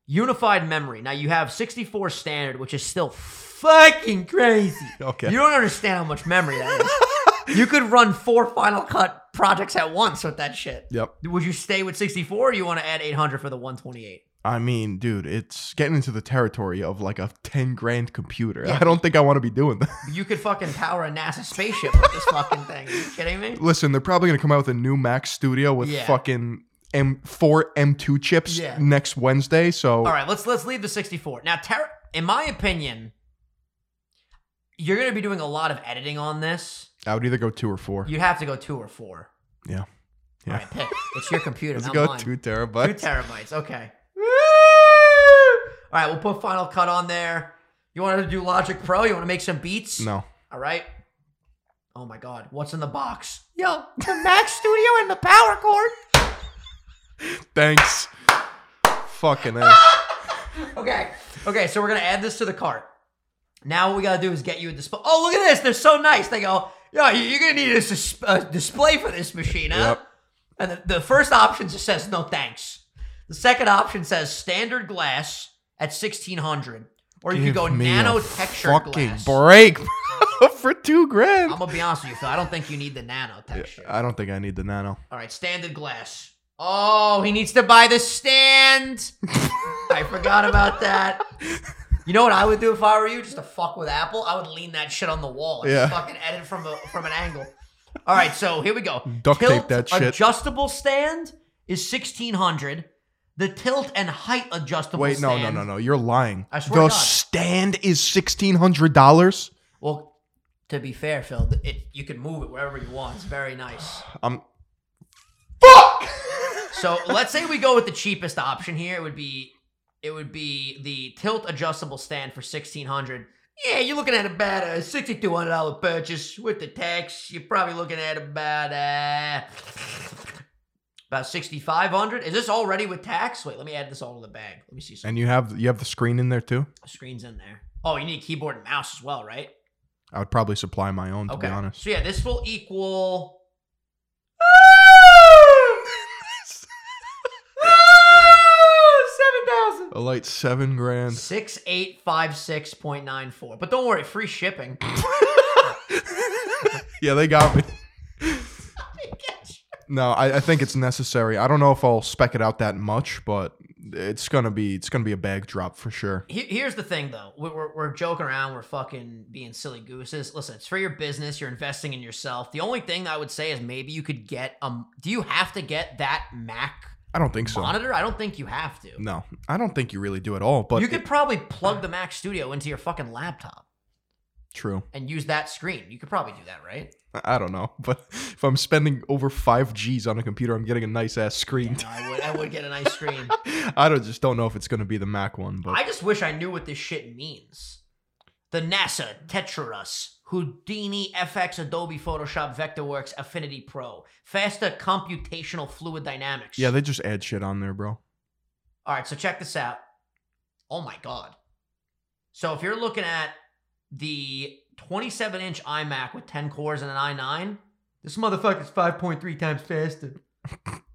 Speaker 1: Unified memory. Now you have 64 standard, which is still fucking crazy.
Speaker 2: Okay.
Speaker 1: You don't understand how much memory that is. you could run four Final Cut projects at once with that shit.
Speaker 2: Yep.
Speaker 1: Would you stay with 64 or you want to add 800 for the 128?
Speaker 2: I mean, dude, it's getting into the territory of like a ten grand computer.
Speaker 1: Yeah.
Speaker 2: I don't think I want to be doing that.
Speaker 1: You could fucking power a NASA spaceship with this fucking thing. Are you kidding me?
Speaker 2: Listen, they're probably gonna come out with a new Mac Studio with
Speaker 1: Yeah.
Speaker 2: fucking M four M two chips
Speaker 1: Yeah.
Speaker 2: next Wednesday. So
Speaker 1: All right, let's let's leave the 64. Now, ter- in my opinion, you're going to be doing a lot of editing on this.
Speaker 2: I would either go two or four.
Speaker 1: You'd have to go 2 or 4.
Speaker 2: yeah, yeah.
Speaker 1: All right, pick. It's your computer,
Speaker 2: Let's
Speaker 1: not
Speaker 2: go
Speaker 1: mine.
Speaker 2: two
Speaker 1: Two
Speaker 2: terabytes.
Speaker 1: terabytes. Okay. All right, we'll put Final Cut on there. You want to do Logic Pro? You want to make some beats?
Speaker 2: no,
Speaker 1: All right. Oh my God, what's in the box? Yo, the Mac Studio and the power cord.
Speaker 2: thanks. Fucking
Speaker 1: Ah,
Speaker 2: ass.
Speaker 1: Okay. Okay, so we're gonna add this to the cart. Now what we gotta do is get you a display. Oh, look at this! They're so nice. They go, yo, you- you're gonna need a sus- uh, display for this machine, huh?
Speaker 2: Yep.
Speaker 1: And the, the first option just says no thanks. The second option says standard glass at sixteen hundred, or you could
Speaker 2: Give
Speaker 1: go
Speaker 2: me a
Speaker 1: nano texture
Speaker 2: fucking
Speaker 1: glass.
Speaker 2: break. for two grand.
Speaker 1: I'm gonna be honest with you, Phil. I don't think you need the nano texture.
Speaker 2: I don't think I need the nano.
Speaker 1: All right, standard glass. Oh, he needs to buy the stand. I forgot about that. You know what I would do if I were you, just to fuck with Apple? I would lean that shit on the wall and just
Speaker 2: Yeah.
Speaker 1: fucking edit from a, from an angle. All right, so here we go.
Speaker 2: Duct tape that shit.
Speaker 1: Adjustable stand is sixteen hundred. The tilt and height adjustable.
Speaker 2: Wait, no, no,
Speaker 1: stand-
Speaker 2: no, no. You're lying.
Speaker 1: I
Speaker 2: the
Speaker 1: swear to God.
Speaker 2: stand is sixteen hundred dollars.
Speaker 1: Well, to be fair, Phil, th- it, you can move it wherever you want. It's very nice.
Speaker 2: I'm
Speaker 1: So let's say we go with the cheapest option here. It would be it would be the tilt adjustable stand for sixteen hundred. Yeah, you're looking at about a sixty two hundred dollar purchase with the tax. You're probably looking at about uh, about sixty five hundred. Is this already with tax? Wait, let me add this all to the bag. Let me see. Some
Speaker 2: and you have you have the screen in there too.
Speaker 1: screens in there. Oh, you need a keyboard and mouse as well, right?
Speaker 2: I would probably supply my own to
Speaker 1: Okay.
Speaker 2: be honest.
Speaker 1: So yeah, this will equal.
Speaker 2: A light seven grand.
Speaker 1: Six eight five six point nine four, but don't worry, free shipping.
Speaker 2: Yeah, they got me. No, I, I think it's necessary. I don't know if I'll spec it out that much, but it's gonna be it's gonna be a bag drop for sure.
Speaker 1: Here- Here's the thing, though. We're, we're, we're joking around. We're fucking being silly gooses. Listen, it's for your business. You're investing in yourself. The only thing I would say is maybe you could get um. Do you have to get that Mac
Speaker 2: I don't think so.
Speaker 1: monitor? I don't think you have to.
Speaker 2: No, I don't think you really do at all. But
Speaker 1: you could probably plug the Mac Studio into your fucking laptop
Speaker 2: true.
Speaker 1: and use that screen. You could probably do that, right?
Speaker 2: I I don't know, but if I'm spending over five G's on a computer, I'm getting a nice ass screen.
Speaker 1: No, I would. I would get a nice screen.
Speaker 2: I don't just don't know if it's gonna be the Mac one, but
Speaker 1: I just wish I knew what this shit means. The NASA Tetras Houdini FX Adobe Photoshop Vectorworks Affinity Pro faster computational fluid dynamics.
Speaker 2: yeah, they just add shit on there, bro.
Speaker 1: All right, so check this out. Oh my god. So if you're looking at the 27 inch iMac with 10 cores and an i9, this motherfucker's 5.3 times faster.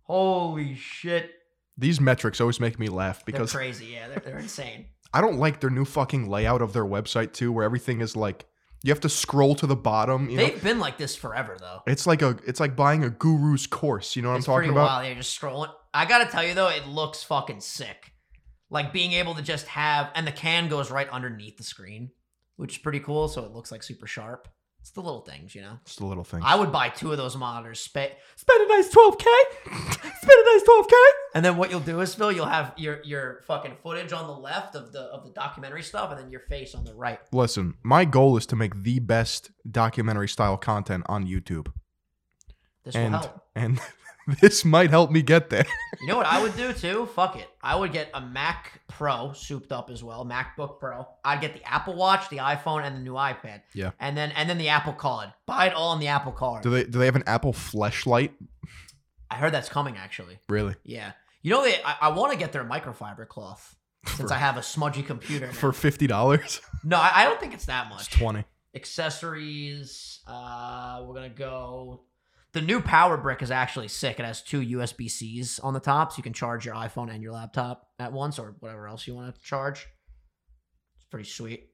Speaker 1: Holy shit.
Speaker 2: These metrics always make me laugh
Speaker 1: They're
Speaker 2: because
Speaker 1: crazy. Yeah, they're, they're insane.
Speaker 2: I don't like their new fucking layout of their website too, where everything is like you have to scroll to the bottom. You know,
Speaker 1: They've been like this forever, though.
Speaker 2: it's like a it's like buying a guru's course. You know what
Speaker 1: it's
Speaker 2: I'm talking
Speaker 1: pretty
Speaker 2: about?
Speaker 1: wild. You're just scrolling. I gotta tell you though, it looks fucking sick. Like being able to just have, and the can goes right underneath the screen, which is pretty cool. So it looks like super sharp. It's the little things, you know.
Speaker 2: Just a little thing.
Speaker 1: I would buy two of those monitors. Spend spend a nice twelve k. spend a nice twelve k. And then what you'll do is, Phil, you'll have your your fucking footage on the left of the of the documentary stuff, and then your face on the right.
Speaker 2: Listen, my goal is to make the best documentary style content on YouTube,
Speaker 1: This
Speaker 2: and
Speaker 1: will help.
Speaker 2: and this might help me get there.
Speaker 1: You know what I would do too? Fuck it. I would get a Mac Pro souped up as well, MacBook Pro. I'd get the Apple Watch, the iPhone, and the new iPad.
Speaker 2: Yeah.
Speaker 1: And then and then the Apple Card. Buy it all on the Apple Card.
Speaker 2: Do they do they have an Apple fleshlight?
Speaker 1: I heard that's coming actually.
Speaker 2: Really?
Speaker 1: Yeah. You know they I, I want to get their microfiber cloth since I have a smudgy computer. now.
Speaker 2: For fifty dollars?
Speaker 1: no, I, I don't think it's that
Speaker 2: It's
Speaker 1: much.
Speaker 2: twenty.
Speaker 1: Accessories. Uh, we're gonna go. The new power brick is actually sick. It has two USB Cs on the top, so you can charge your iPhone and your laptop at once, or whatever else you want to charge. It's pretty sweet.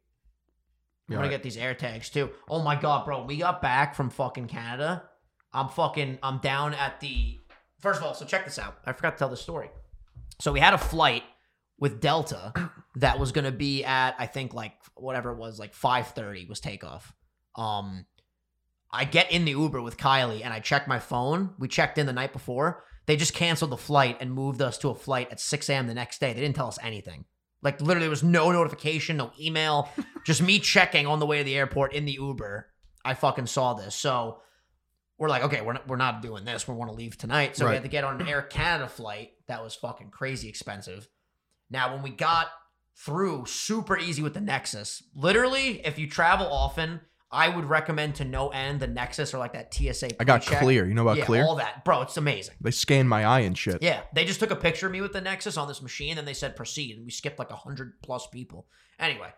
Speaker 1: I'm
Speaker 2: Yeah,
Speaker 1: gonna
Speaker 2: right.
Speaker 1: get these air tags too. Oh my god, bro, we got back from fucking Canada. I'm fucking I'm down at the first of all, so check this out. I forgot to tell the story. So we had a flight with Delta that was gonna be at I think like whatever it was, like five thirty was takeoff. Um I get in the Uber with Kylie and I check my phone. We checked in the night before. They just canceled the flight and moved us to a flight at 6 a.m. the next day. They didn't tell us anything. Like literally there was no notification, no email, just me checking on the way to the airport in the Uber. I fucking saw this. So we're like, okay, we're not, we're not doing this. We want to leave tonight. So we
Speaker 2: Right.
Speaker 1: had to get on an Air Canada flight that was fucking crazy expensive. Now when we got through, super easy with the Nexus. Literally, if you travel often, I would recommend to no end the Nexus or like that TSA.
Speaker 2: I got
Speaker 1: pre-check.
Speaker 2: clear. You know about
Speaker 1: yeah,
Speaker 2: clear?
Speaker 1: all that, bro. It's amazing.
Speaker 2: they scan my eye and shit.
Speaker 1: Yeah, they just took a picture of me with the Nexus on this machine, and they said proceed, and we skipped like hundred plus people. Anyway,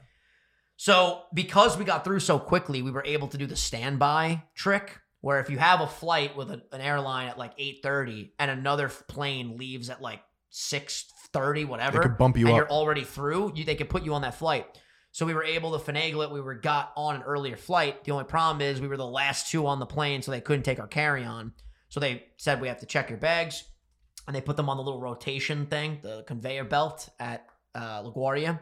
Speaker 1: so because we got through so quickly, we were able to do the standby trick, where if you have a flight with a, an airline at like eight thirty, and another f- plane leaves at like six thirty,
Speaker 2: They
Speaker 1: whatever,
Speaker 2: could bump you
Speaker 1: and
Speaker 2: up.
Speaker 1: you're already through, you, they could put you on that flight. So we were able to finagle it. We were got on an earlier flight. The only problem is we were the last two on the plane, so they couldn't take our carry on. So they said we have to check your bags, and they put them on the little rotation thing, the conveyor belt at uh, LaGuardia.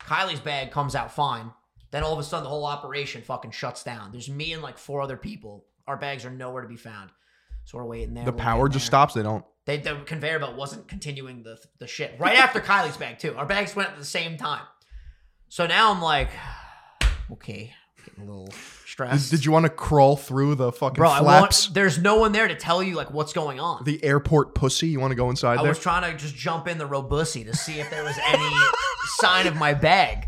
Speaker 1: Kylie's bag comes out fine. Then all of a sudden, the whole operation fucking shuts down. There's me and like four other people. Our bags are nowhere to be found. So we're waiting there.
Speaker 2: The
Speaker 1: we're
Speaker 2: power
Speaker 1: waiting
Speaker 2: just
Speaker 1: there.
Speaker 2: stops. They don't.
Speaker 1: They, the conveyor belt wasn't continuing the the shit. Right after Kylie's bag too. Our bags went at the same time. So now I'm like, okay, I'm getting a little stressed.
Speaker 2: Did you want to crawl through the fucking
Speaker 1: Bro, I
Speaker 2: flaps?
Speaker 1: want. There's no one there to tell you like what's going on.
Speaker 2: the airport pussy. You want to go inside
Speaker 1: I
Speaker 2: there?
Speaker 1: was trying to just jump in the Robussy to see if there was any sign of my bag.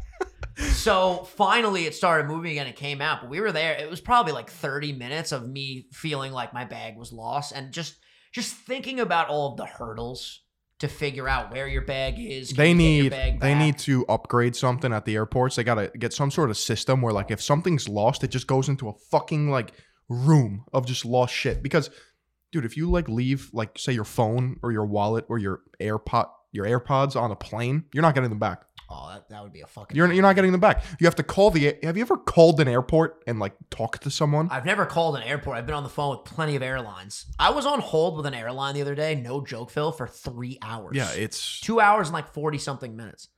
Speaker 1: So finally, it started moving and it came out. But we were there. It was probably like 30 minutes of me feeling like my bag was lost and just just thinking about all of the hurdles to figure out where your bag is. can
Speaker 2: they
Speaker 1: you get your
Speaker 2: need
Speaker 1: bag
Speaker 2: they
Speaker 1: back?
Speaker 2: need to upgrade something at the airports. They gotta get some sort of system where like if something's lost, it just goes into a fucking like room of just lost shit. Because dude, if you like leave like say your phone or your wallet or your AirPod your AirPods on a plane, you're not getting them back.
Speaker 1: Oh, that, that would be a fucking.
Speaker 2: You're you're not getting them back. You have to call the. Have you ever called an airport and like talked to someone?
Speaker 1: I've never called an airport. I've been on the phone with plenty of airlines. I was on hold with an airline the other day. No joke, Phil, for three hours.
Speaker 2: yeah, it's
Speaker 1: two hours and like 40 something minutes.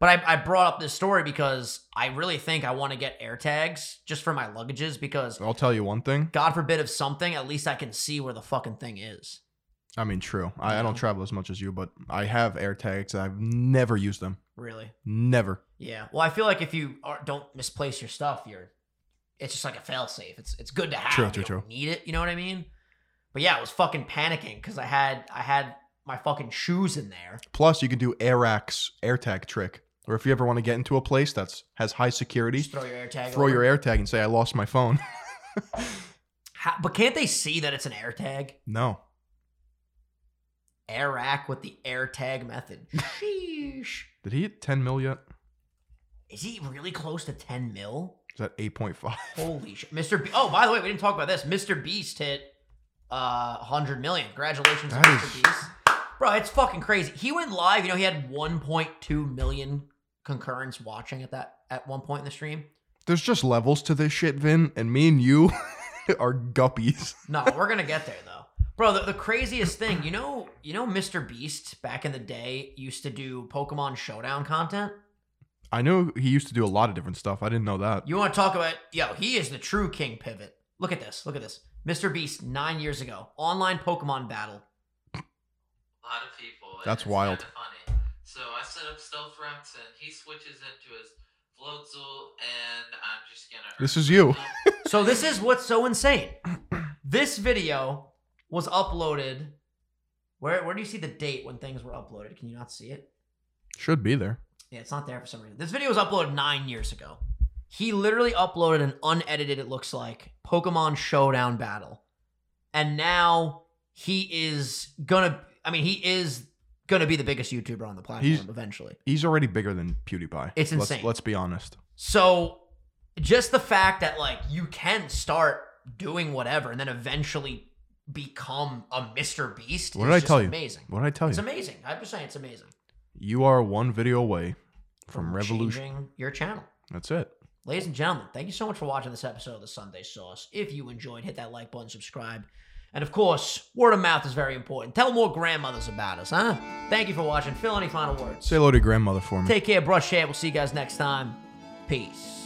Speaker 1: But I, I brought up this story because I really think I want to get air tags just for my luggages because
Speaker 2: I'll tell you one thing.
Speaker 1: God forbid if something, at least I can see where the fucking thing is.
Speaker 2: I mean, true. I, I don't travel as much as you, but I have AirTags. I've never used them.
Speaker 1: Really?
Speaker 2: Never.
Speaker 1: Yeah. Well, I feel like if you are, don't misplace your stuff, you're it's just like a failsafe. It's it's good to have.
Speaker 2: True,
Speaker 1: You
Speaker 2: true,
Speaker 1: don't
Speaker 2: true.
Speaker 1: Need it. You know what I mean? But yeah, I was fucking panicking because I had I had my fucking shoes in there.
Speaker 2: Plus, you can do Airax AirTag trick, or if you ever want to get into a place that's has high security,
Speaker 1: Just throw your air tag.
Speaker 2: throw
Speaker 1: over.
Speaker 2: your AirTag and say, "I lost my phone."
Speaker 1: How- but can't they see that it's an air tag?
Speaker 2: no,
Speaker 1: Airac with the air tag method. Sheesh.
Speaker 2: did he hit ten mil yet?
Speaker 1: Is he really close to 10 mil?
Speaker 2: Is that eight point five?
Speaker 1: Holy shit. Mr. Be- oh, by the way, we didn't talk about this. Mr. Beast hit uh 100 million. Congratulations to
Speaker 2: That
Speaker 1: Mr.
Speaker 2: is-
Speaker 1: Beast. Bro, it's fucking crazy. He went live, you know, he had 1.2 million concurrents watching at that at one point in the stream.
Speaker 2: There's just levels to this shit, Vin, and me and you are guppies.
Speaker 1: No, we're gonna get there though, bro. The, the craziest thing, you know, you know, Mr. Beast back in the day used to do Pokemon Showdown content.
Speaker 2: I know he used to do a lot of different stuff. I didn't know that.
Speaker 1: You want to talk about yo? He is the true king pivot. Look at this. Look at this. Mr. Beast nine years ago, online Pokemon battle.
Speaker 5: a lot of people. and
Speaker 2: That's
Speaker 5: it's
Speaker 2: wild.
Speaker 5: Kinda funny. So I set up stealth reps, and he switches into his Floatzel, and I'm just gonna. hurt
Speaker 2: This is you.
Speaker 5: him.
Speaker 1: So this is what's so insane. This video was uploaded. Where where do you see the date when things were uploaded? Can you not see it?
Speaker 2: Should be there.
Speaker 1: Yeah, it's not there for some reason. This video was uploaded nine years ago. He literally uploaded an unedited, it looks like, Pokemon Showdown battle. And now he is gonna I mean, he is gonna be the biggest YouTuber on the platform
Speaker 2: He's-
Speaker 1: eventually.
Speaker 2: He's already bigger than PewDiePie.
Speaker 1: It's
Speaker 2: Let's-
Speaker 1: insane.
Speaker 2: let's be honest.
Speaker 1: So just the fact that like you can start doing whatever and then eventually become a Mr. Beast
Speaker 2: What
Speaker 1: is
Speaker 2: did I
Speaker 1: just
Speaker 2: tell you?
Speaker 1: amazing.
Speaker 2: What did I tell you?
Speaker 1: It's amazing. I'm just saying it's amazing.
Speaker 2: you are one video away from revolution.
Speaker 1: Changing your channel.
Speaker 2: That's it.
Speaker 1: Ladies and gentlemen, thank you so much for watching this episode of the Sunday Sauce. If you enjoyed, hit that like button, subscribe. And of course, word of mouth is very important. Tell more grandmothers about us, huh? Thank you for watching. Phil, any final words?
Speaker 2: Say hello to your grandmother for me.
Speaker 1: Take care, brush hair. We'll see you guys next time. Peace.